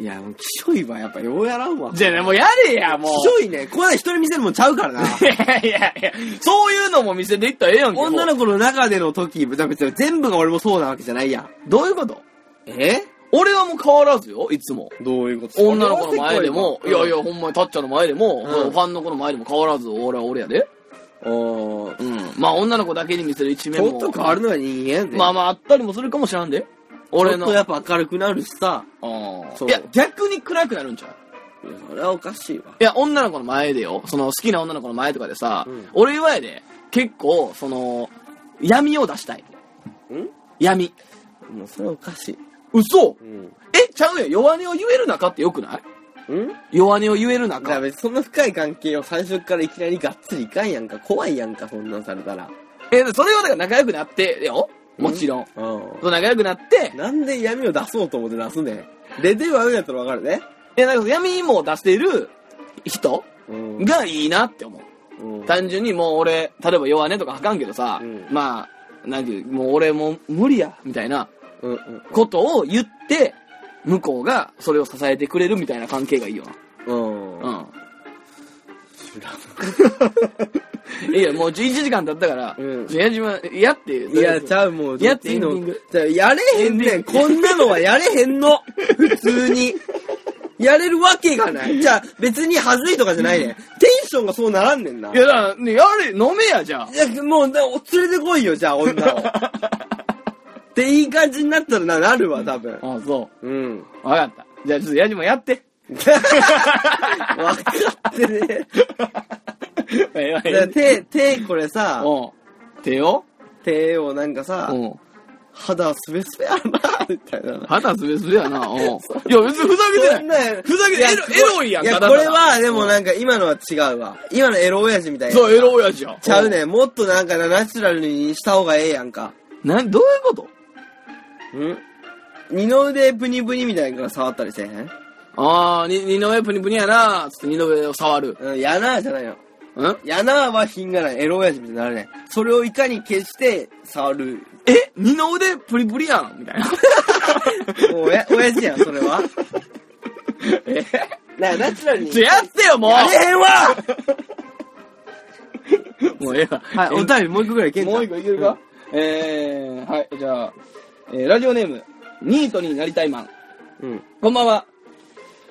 いや、もう、きしょいわ。やっぱ、ようやらんわ。きじゃあね、もうやれや、もう。しょいね。こんなん一人見せるもんちゃうから *laughs* な。いやいやいや、そういうのも見せていったらええやんけ。女もの子の中での時、だ別に全部が俺もそうなわけじゃないやん。うどういうことえ俺はもう変わらずよ、いつも。どういうこと女の子の前でも、いやいや、あほんまに、たっちゃんの前でも、うんファンの子の前でも変わらず、俺は俺やで。ー、うん。まあ、女の子だけに見せる一ち面も。ょっと変わるのが人間やで。まあまあ、あったりもするかもしらんで。俺の。ちょっとやっぱ明るくなるしさ。あーそういや、逆に暗くなるんちゃういやそれはおかしいわ。いや、女の子の前でよ。その、好きな女の子の前とかでさ、うん俺はやで、結構、その、闇を出したい。ん闇。もうそれはおかしい。嘘うん。え、ちゃうやん弱音を言える中ってよくないん弱音を言えるだから中。別にそんな深い関係を最初からいきなりがっつりいかんやんか。怖いやんか、そんなんされたら。え、それはだから仲良くなってよ。もちろん。うそう仲良くなってん。、なんで闇を出そうと思って出すねん。レディはあるやったらわかるね。え、なんか闇も出してる人うん。がいいなって思う。うん単純にもう俺、例えば弱音とか吐かんけどさ、うんまあ、なんていう、もう俺もう無理や、みたいなうんうん。ことを言って、向こうがそれを支えてくれるみたいな関係がいいようん。な。うん。いや、もう11時間経ったから、うんじゃあ矢島、やって。いや、ちゃう、もう、いやってどっエちのンディングじゃあやれへんねん。こんなのはやれへんの。普通に。やれるわけがない。じゃあ、別に恥ずいとかじゃないねん。テンションがそうならんねんな。いや、だから、ね、やれ、飲めや、じゃあい。や、もう、でも連れてこいよ、じゃあ、女を。っていい感じになったらな、なるわ、多分。 *laughs* ああ、そ *laughs* うん。 *laughs* う。わかった。じゃあ、ちょっと矢島や *laughs* って。わかっ *laughs* てね。えじゃあ手、手、これさ、うん。手を手をなんかさう、ん。肌スベスベやな、みたいな。肌すべすべやな。 *laughs* うん。いや、別にふざけてない。ふざけてエロエロいやんいや、たこだただれは、でもなんか今のは違うわ。今のエロ親父みたいな。そう、エロ親父やん。ちゃうね。もっとなんかなナチュラルにした方がええやんか。うん。なん、どういうことん二の腕ブニブニみたいなのから触ったりせえへんあー、に二の上プニプニやな、つって二の上を触る。うん、やなーじゃないよ。うんやなーは品がない。エロ親父みたいになるね。それをいかに消して触る。え二の腕プリプリやんみ *laughs* たいな。*laughs* もう、や、親父やん、それは。えな、ナチュラルに。ちょ、やってよ、もうやれへんわもうええわ。はい、お便りもう一個ぐらいいけんじゃんもう一個いけるか、えー、はい、じゃあ、えーラジオネーム、ニートになりたいマン。うん。こんばんは。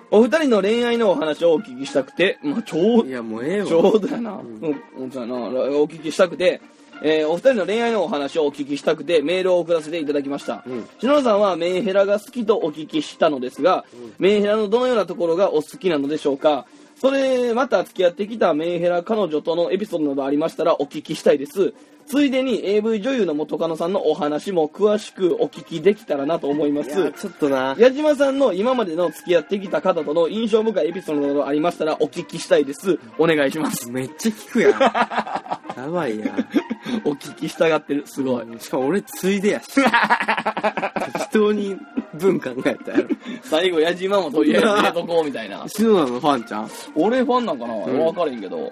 お二人の恋愛のお話をお聞きしたくて、まあ、ちょういや、もうええちょわ。うどやな。うん、うん、そうやな。お聞きしたくて、えーお二人の恋愛のお話をお聞きしたくて、メールを送らせていただきました。うん篠田さんはメンヘラが好きとお聞きしたのですが、メンヘラのどのようなところがお好きなのでしょうかそれ、また付き合ってきたメンヘラ彼女とのエピソードなどありましたらお聞きしたいです。ついでに AV 女優の元カノさんのお話も詳しくお聞きできたらなと思いまいす。や、ちょっとな。 *laughs* 矢島さんの今までの付き合ってきた方との印象深いエピソードなどありましたらお聞きしたいです。お願いします。 *laughs* めっちゃ聞くやん。やばいやん。お聞きしたがってる。すごい。しかも俺、ついでやし。適当に文考えたやろ。。*laughs* 最後、矢島もとりあえず入れとこうみたいな篠田のファンちゃん *laughs* 俺ファンなんかなうんわかれへんけど。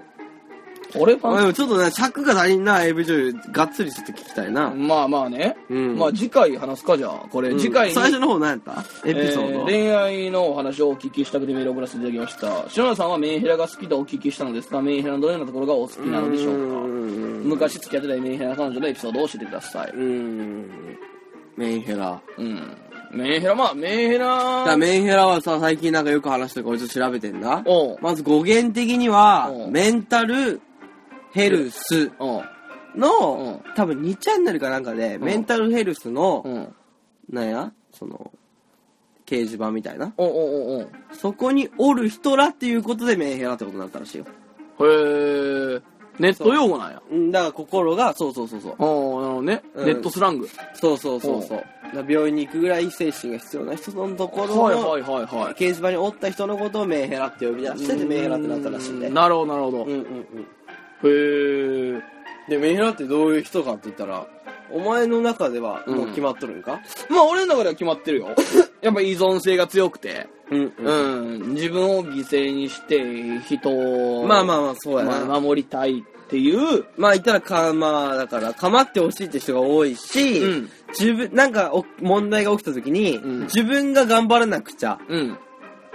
俺フまあァでもちょっとね、尺が足りんな、AV 女優。がっつりちょっと聞きたいな。ンまあまあね。うんまあ次回話すかじゃあ。これ、うん次回に。最初の方何やったエピソーえド。恋愛のお話をお聞きしたくてメールを送らせていただきました。篠田さんはメンヘラが好きとお聞きしたのですが、メンヘラのどのようなところがお好きなのでしょううかーん。昔付き合ってたメンヘラ彼女のエピソードを教えてくださいうーん。メンヘラ。うん。メンヘラ、まあ、メンヘだからラ、メンヘラはさ、最近なんかよく話してこいつ調べてんだ。おうまず語源的にはう、んメンタルヘルスうん。のう、多分2チャンネルかなんかで、メンタルヘルスうの、ん。なんや、その、掲示板みたいな。おおおおへそこにおる人らっていうことでメンヘラってことになったらしいよ。へえ。ネット用語なんや。うんだから心が、そうそうそうそう。おー、なるほどね。うんネットスラング。そうそうそうそう。だから病院に行くぐらい精神が必要な人のところの、はいはいはいは掲示板におった人のことをメンヘラって呼び出しててい。メンヘラってなったらしいね。なるほどなるほうど。んうんうん。へえ。で、メンヘラってどういう人かって言ったら、お前の中ではもう決まっとるんかまあ俺の中では決まって *laughs* るよ。やっぱ依存性が強くて、うんうん、自分を犠牲にして人を、まあまあまあ、そうやな。まあ守りたいっていう、まあ言ったらか、まあだから、構ってほしいって人が多いし、うん自分、なんかお問題が起きた時に、うん自分が頑張らなくちゃ、うん。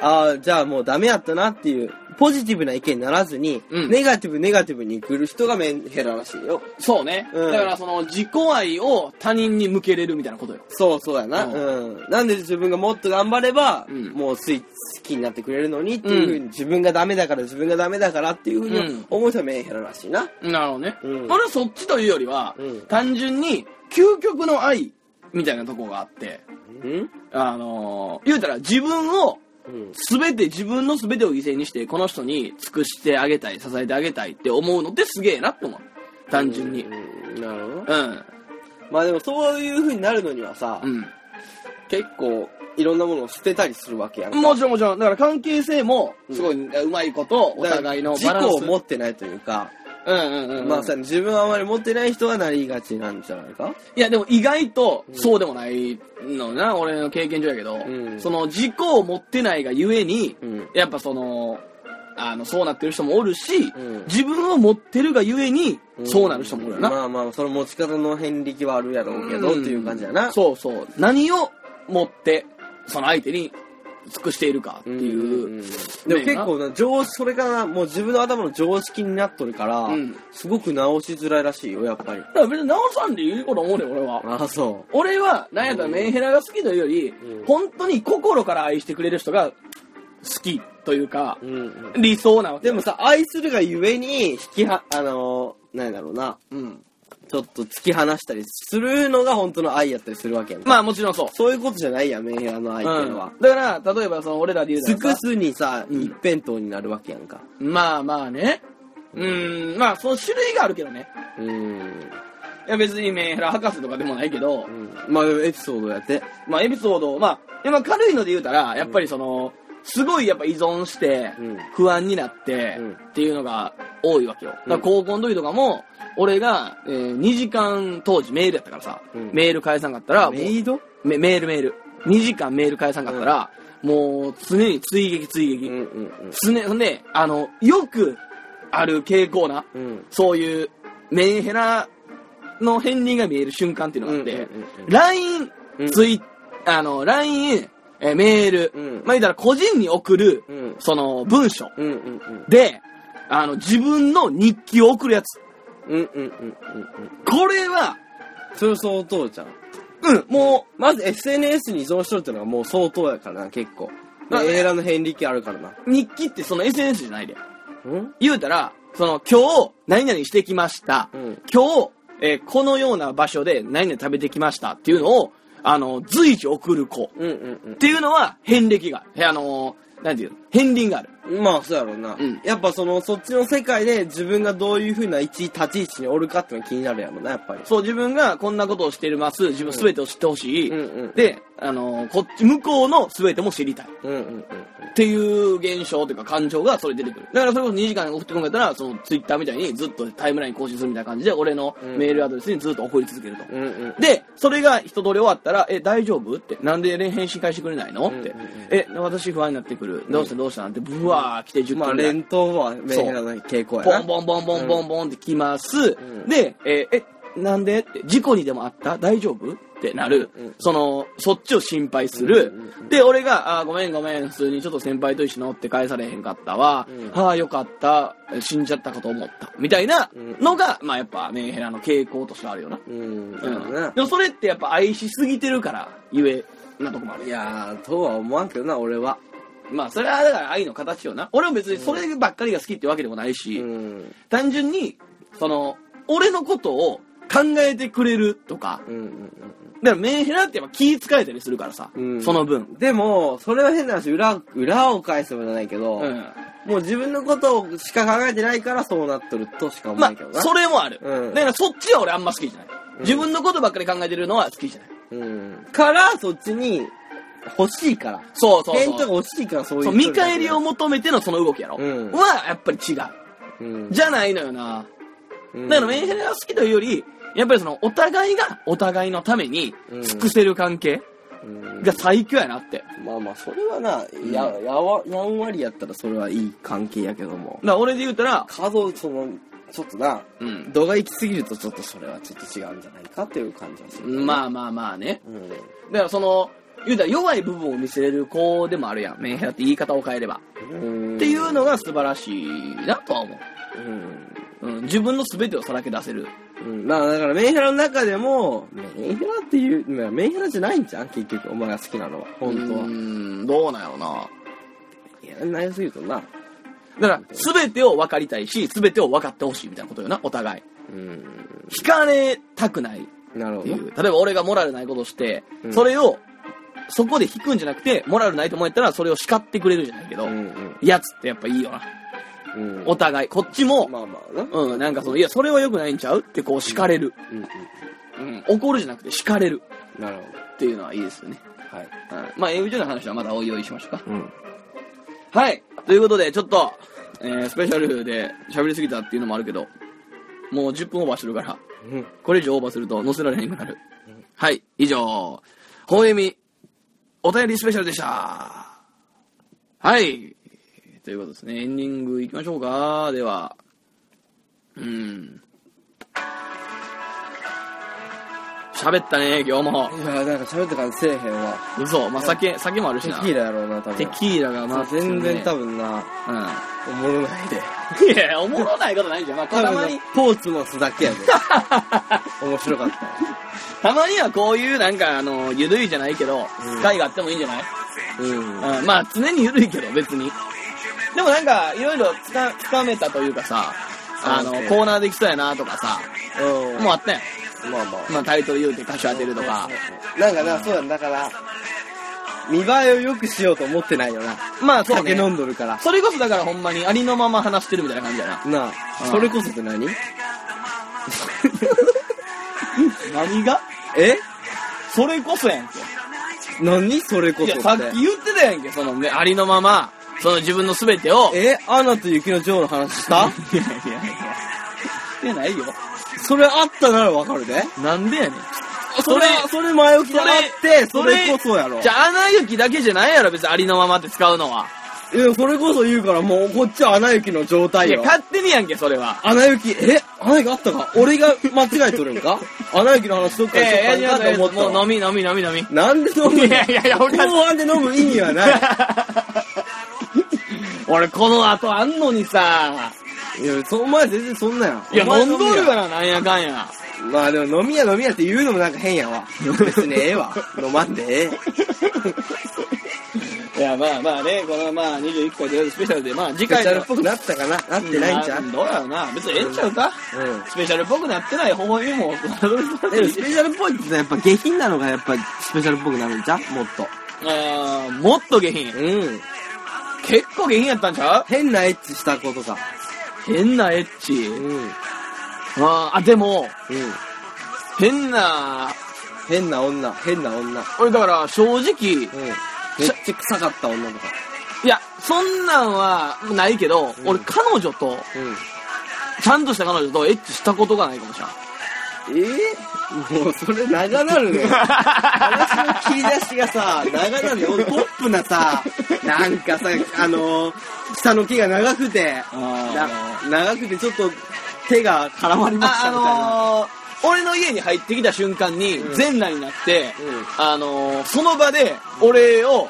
ああ、じゃあもうダメやったなっていう、ポジティブな意見にならずに、うんネガティブネガティブに来る人がメンヘラらしいよ。そうね。うんだからその自己愛を他人に向けれるみたいなことよ。そうそうやな。ううん。なんで自分がもっと頑張れば、うんもうつい好きになってくれるのにっていうふうに、うん自分がダメだから自分がダメだからっていうふううんに思う人はメンヘラらしいな。なるほどね。うん俺はそっちというよりは、うん単純に究極の愛みたいなとこがあって、うんあのー言うたら自分をうん。すべて、自分のすべてを犠牲にして、この人に尽くしてあげたい、支えてあげたいって思うのってすげえなと思う。単純に。うんなるほど。うん。まあでもそういう風になるのにはさ、うん。結構いろんなものを捨てたりするわけやんか。もちろんもちろん。だから関係性も、すごい、うまいこと、お互いのババラランンス。ス。自己を持ってないというか、うんうんうんうん。まあさ、自分はあまり持ってない人はなりがちなんじゃないかいや、でも意外と、そうでもないのな、俺の経験上やけど、んその、自己を持ってないがゆえに、うんやっぱその、あの、そうなってる人もおるし、うん自分を持ってるがゆえに、そうなる人もおるよな。まあまあ、その持ち方の遍歴はあるやろうけど、っていう感じやな。そうそう。何を持って、その相手に尽くしているかってうんいう。うんうんでも結構な常識それからもう自分の頭の常識になっとるから、うんすごく直しづらいらしいよやっぱりだから別に直さんでいいこと思うねん俺は。ああそ俺は、なんやったらメンヘラが好きというより、うん本当に心から愛してくれる人が好きというか、う、うん、理想なわけ。でも、さ愛するがゆえに引きはあのー、なんだろうなうん。ちょっと突き放したりするのが本当の愛やったりするわけやんかまあもちろんそう。そういうことじゃないやんメンヘラの愛っていうのは、うんだから、例えばその俺らで言う尽たらくさすにさ、うん一辺倒になるわけやんかまあまあね。うーん、まあその種類があるけどね。うん、いや別にメンヘラ博士とかでもないけど、うん、まあでもエピソードやってまあエピソードを、まあ、でまあ軽いので言うたら、やっぱりその、すごいやっぱ依存してうん、不安になってうん、っていうのが多いわけよ。だから高校の時とかも、俺が、え2時間当時メールやったからさ、うんメール返さんかったら、もうメイドメメールメール。2時間メール返さんかったら、もう常に追撃追撃。うんうんうん常に、ほんで、あの、よくある傾向な、うんそういうメンヘラの片鱗が見える瞬間っていうのがあっうんてうんうんう、ん LINE う、んツイあの、LINE、えーメール、うんまあ言ったら個人に送る、うんその文章うんうんうんで、あの、自分の日記を送るやつ。うんうんうんうんうんこれは、それ相当じゃんうん、もまず SNS に依存しとるってのはもう相当やからな結構まあね映画の遍歴あるからなう、日記ってその SNS じゃないで。うん言うたら、その、今日、何々してきました。うん今日、えーこのような場所で何々食べてきましたっていうのを、あの、随時送る子。うんっていうのは、遍歴がある。えあのーなんていうの片鱗がある。うんまあそうやろうな、うんやっぱそのそっちの世界で自分がどういうふうな位置立ち位置におるかってのが気になるやろなやっぱりそう、自分がこんなことをしています。自分すべてを知ってほしい。うんうんで、あのーこっち、向こうのすべても知りたい。っうんうんうんていう現象というか感情がそれ出てくる。だからそれこそ2時間送ってこんかったら、そのツイッターみたいにずっとタイムライン更新するみたいな感じで、俺のうんメールアドレスにずっと送り続けると。うんうんで、それが一通り終わったら、え、大丈夫って、なんで返信返してくれないのって、うんうんうんえ、私不安になってくる。どうしたどうしたなんて、ブワー来て10件ぐまらあい連投はメンヘラの傾向やボなンボンボンボンボンボンって来ます。うんで、えーえ、なんでって、事故にでもあった大丈夫ってなる、うんその、そっちを心配する。うんうんうんで、俺が、あーごめんごめん、普通にちょっと先輩と一緒に乗って返されへんかったわ。うんああ、よかった。死んじゃったかと思った。みたいなのが、まあやっぱメンヘラの傾向としてあるよな。うんうだん。からなでもそれってやっぱ愛しすぎてるから、ゆえ、なとこもあるいやーとは思わんけどな俺はまあそれはだから愛の形よな。俺も別にそればっかりが好きってわけでもないし、うん単純にその俺のことを考えてくれるとかうんうんうんだからメンヘラってやっぱ気使えたりするからさ、うんその分でも、それは変な話、裏、裏を返せばじゃないけど、うんもう自分のことしか考えてないからそうなっとるとしか思わまないけどあな。それもある、うんだからそっちは俺あんま好きじゃない、ん自分のことばっかり考えてるのは好きじゃないうん。から、そっちに欲しいから。そうそう返答そうが欲しいからそういうそう人見に対返してりを求めてのその動きやろ、うんはやっぱり違ううん。じゃないのよなうんだからメンヘラが好きというよりやっぱりそのお互いがお互いのためにうん尽くせる関係うんが最強やなってまあまあ、それはな、や、やわ、やんわりやったらそれはいい関係やけどもだ。から俺で言うたら、数、その、ちょっとな、うん、度が行き過ぎるとちょっとそれはちょっと違うんじゃないかっていう感じはする。まあ。あまあまあねうん。だからその、言うたら弱い部分を見せれる子でもあるやん。メンヘラって言い方を変えれば。うんっていうのが素晴らしいなとは思うん。う。うん、自分の全てをさらけ出せる。うん、まあだからメンヘラの中でも、メンヘラっていう、まあメンヘラじゃないんじゃん結局、お前が好きなのは。本当はう。ん、どうなんやろな。やらないすぎるとな。だから、全てを分かりたいし、全てを分かってほしいみたいなことよな、お互い。うん。惹かれたくないっなるほてどい。う。例えば俺がモラルないことをして、うんそれを、そこで引くんじゃなくて、モラルないと思えたら、それを叱ってくれるじゃないけど、んやつってやっぱいいよな。うん。うん。お互い。こっちも、まあまあな。うん、なんかその、いや、それは良くないんちゃうってこう叱れる。うんううん。ん、怒るじゃなくて叱れるなるほっていうのはいいですよね。ど。はうい。ん、まあ、AV 上の話はまだおいおいしましょうか。うん。はい。ということで、ちょっと、えー、スペシャルで喋りすぎたっていうのもあるけど、もう10分オーバーしてるから、うん。これ以上オーバーすると載せられへんくなる。はい、以上、本読み、お便りスペシャルでした。はい。ということですね。エンディングいきましょうか。では、うん。喋ったね、今日も。いや、なんか喋った感じせえへんわ。嘘。まあ、酒、酒もあるしテキな。ーラやろうな、多分。テキーラが、まあ、全然多分な、うおもろないで。ん。い *laughs* や、おもろないことないんじゃん。まあ、多たま分にな、、ポーツモスだけやで。面白かった。 *laughs* たまにはこういう、なんか、あの、ゆるいじゃないけど、うん機会があってもいいんじゃない、うん。うん、 *laughs* まあ、常にゆるいけど、別に。でもなんか、いろいろつか、つかめたというかさ、あのそう、ねコーナーできそうやなとかさ、うん。もうあったやう、まあまあん。。まあ、タイトル言うて歌手当てるとか。なんかな、そうだ、だから、見栄えを良くしようと思ってないよな。まあ、そう酒ね。飲んどるから。それこそだからほんまにありのまま話してるみたいな感じやな。なあ、うんそれこそって何 *laughs* 何がえそれこそやんけ。何それこいそや、さっってき。言ってたやんけ、そのね、ありのまま、その自分の全てを。えアナと雪の女王の話した *laughs* いやいやいや。してないよ。それあったならわかるで。なんでやねん。それ、それ前置きであって、それこそやろ。じゃあ、穴雪だけじゃないやろ、別にありのままって使うのは。いや、それこそ言うから、もうこっちは穴行きの状い態や、よ。勝手にやんけ、それは。穴行き、え穴行きあったか俺が間違えとる *laughs* んか穴行きの話どっかでしええ、ようかなと思ったもわう飲み飲み飲み飲み。なんで飲むの *laughs* いやいやいや俺は後半で飲む意味 *laughs* はない。俺、この後あんのにさ。いや、そお前全然そんなやん。いや、お前飲んどるやがな、なんやかんや。ん。まあでも飲みや飲みやって言うのもなんか変やわ。別にええわ。飲まんでええ。 *laughs* いや、まあまあね、このまあ、21回とりあえずスペシャルで、まあ、次スペ回シャルっのぽくなったかななってないんちゃううどうやろうな。別にええんちゃうかうん。スペシャルっぽくなってない微笑みも、でもスペシャルっぽいってやっぱ下品なのがやっぱスペシャルっぽくなるんちゃうもっと。あーもっと下品。うん。結構下品やったんちゃう変なエッチしたことさ。変なエッうチ。ん。うん。あーあ、でも、変な、変な女、変な女。俺だから正直、うん。めっちゃ臭かった女とか。いや、そんなんはないけど、ん俺彼女と、ちゃんとした彼女とエッチしたことがないか *laughs* もしれない。うん。ええもうそれ長なるね。話の切り出しがさ、長なるね。俺ポップなさ、なんかさ、あのー、下の毛が長くて、なあ長くてちょっと手が絡まりましたみたいな。あのー、俺の家に入ってきた瞬間にうん全裸になって、うんあのー、その場で俺を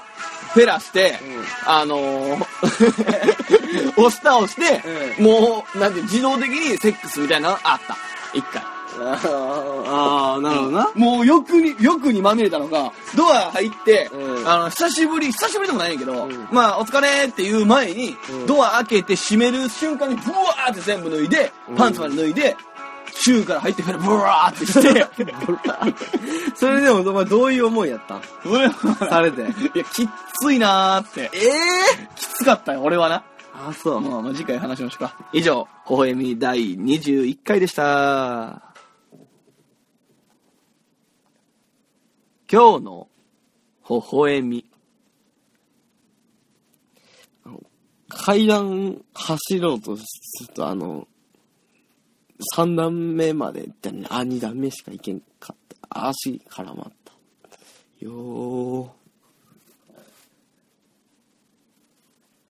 フェラして、うんあの *laughs* ー、押し倒して、うもう、なんて自動的にセックスみたいなのあった。一回。ああ、なるほどな。もう欲に、欲にまみれたのが、ドア入って、うんあの、久しぶり、久しぶりでもないんやけど、うんまあ、お疲れっていう前に、うんドア開けて閉める瞬間に、ブワーって全部脱いで、パンツまで脱いで、シューから入ってから、ブワーってして、 *laughs* それでも、お前どういう思いやった俺さは、れて。いや、きっついなーって。ええきつかったよ、俺はな。あ、そう。まあ、まあ、次回話しましょうか。以上、微笑み第21回でした。今日の微笑み。階段走ろうとすると、あの、三段目まで行ったのに、あ、二段目しか行けんかった。足絡まった。よー。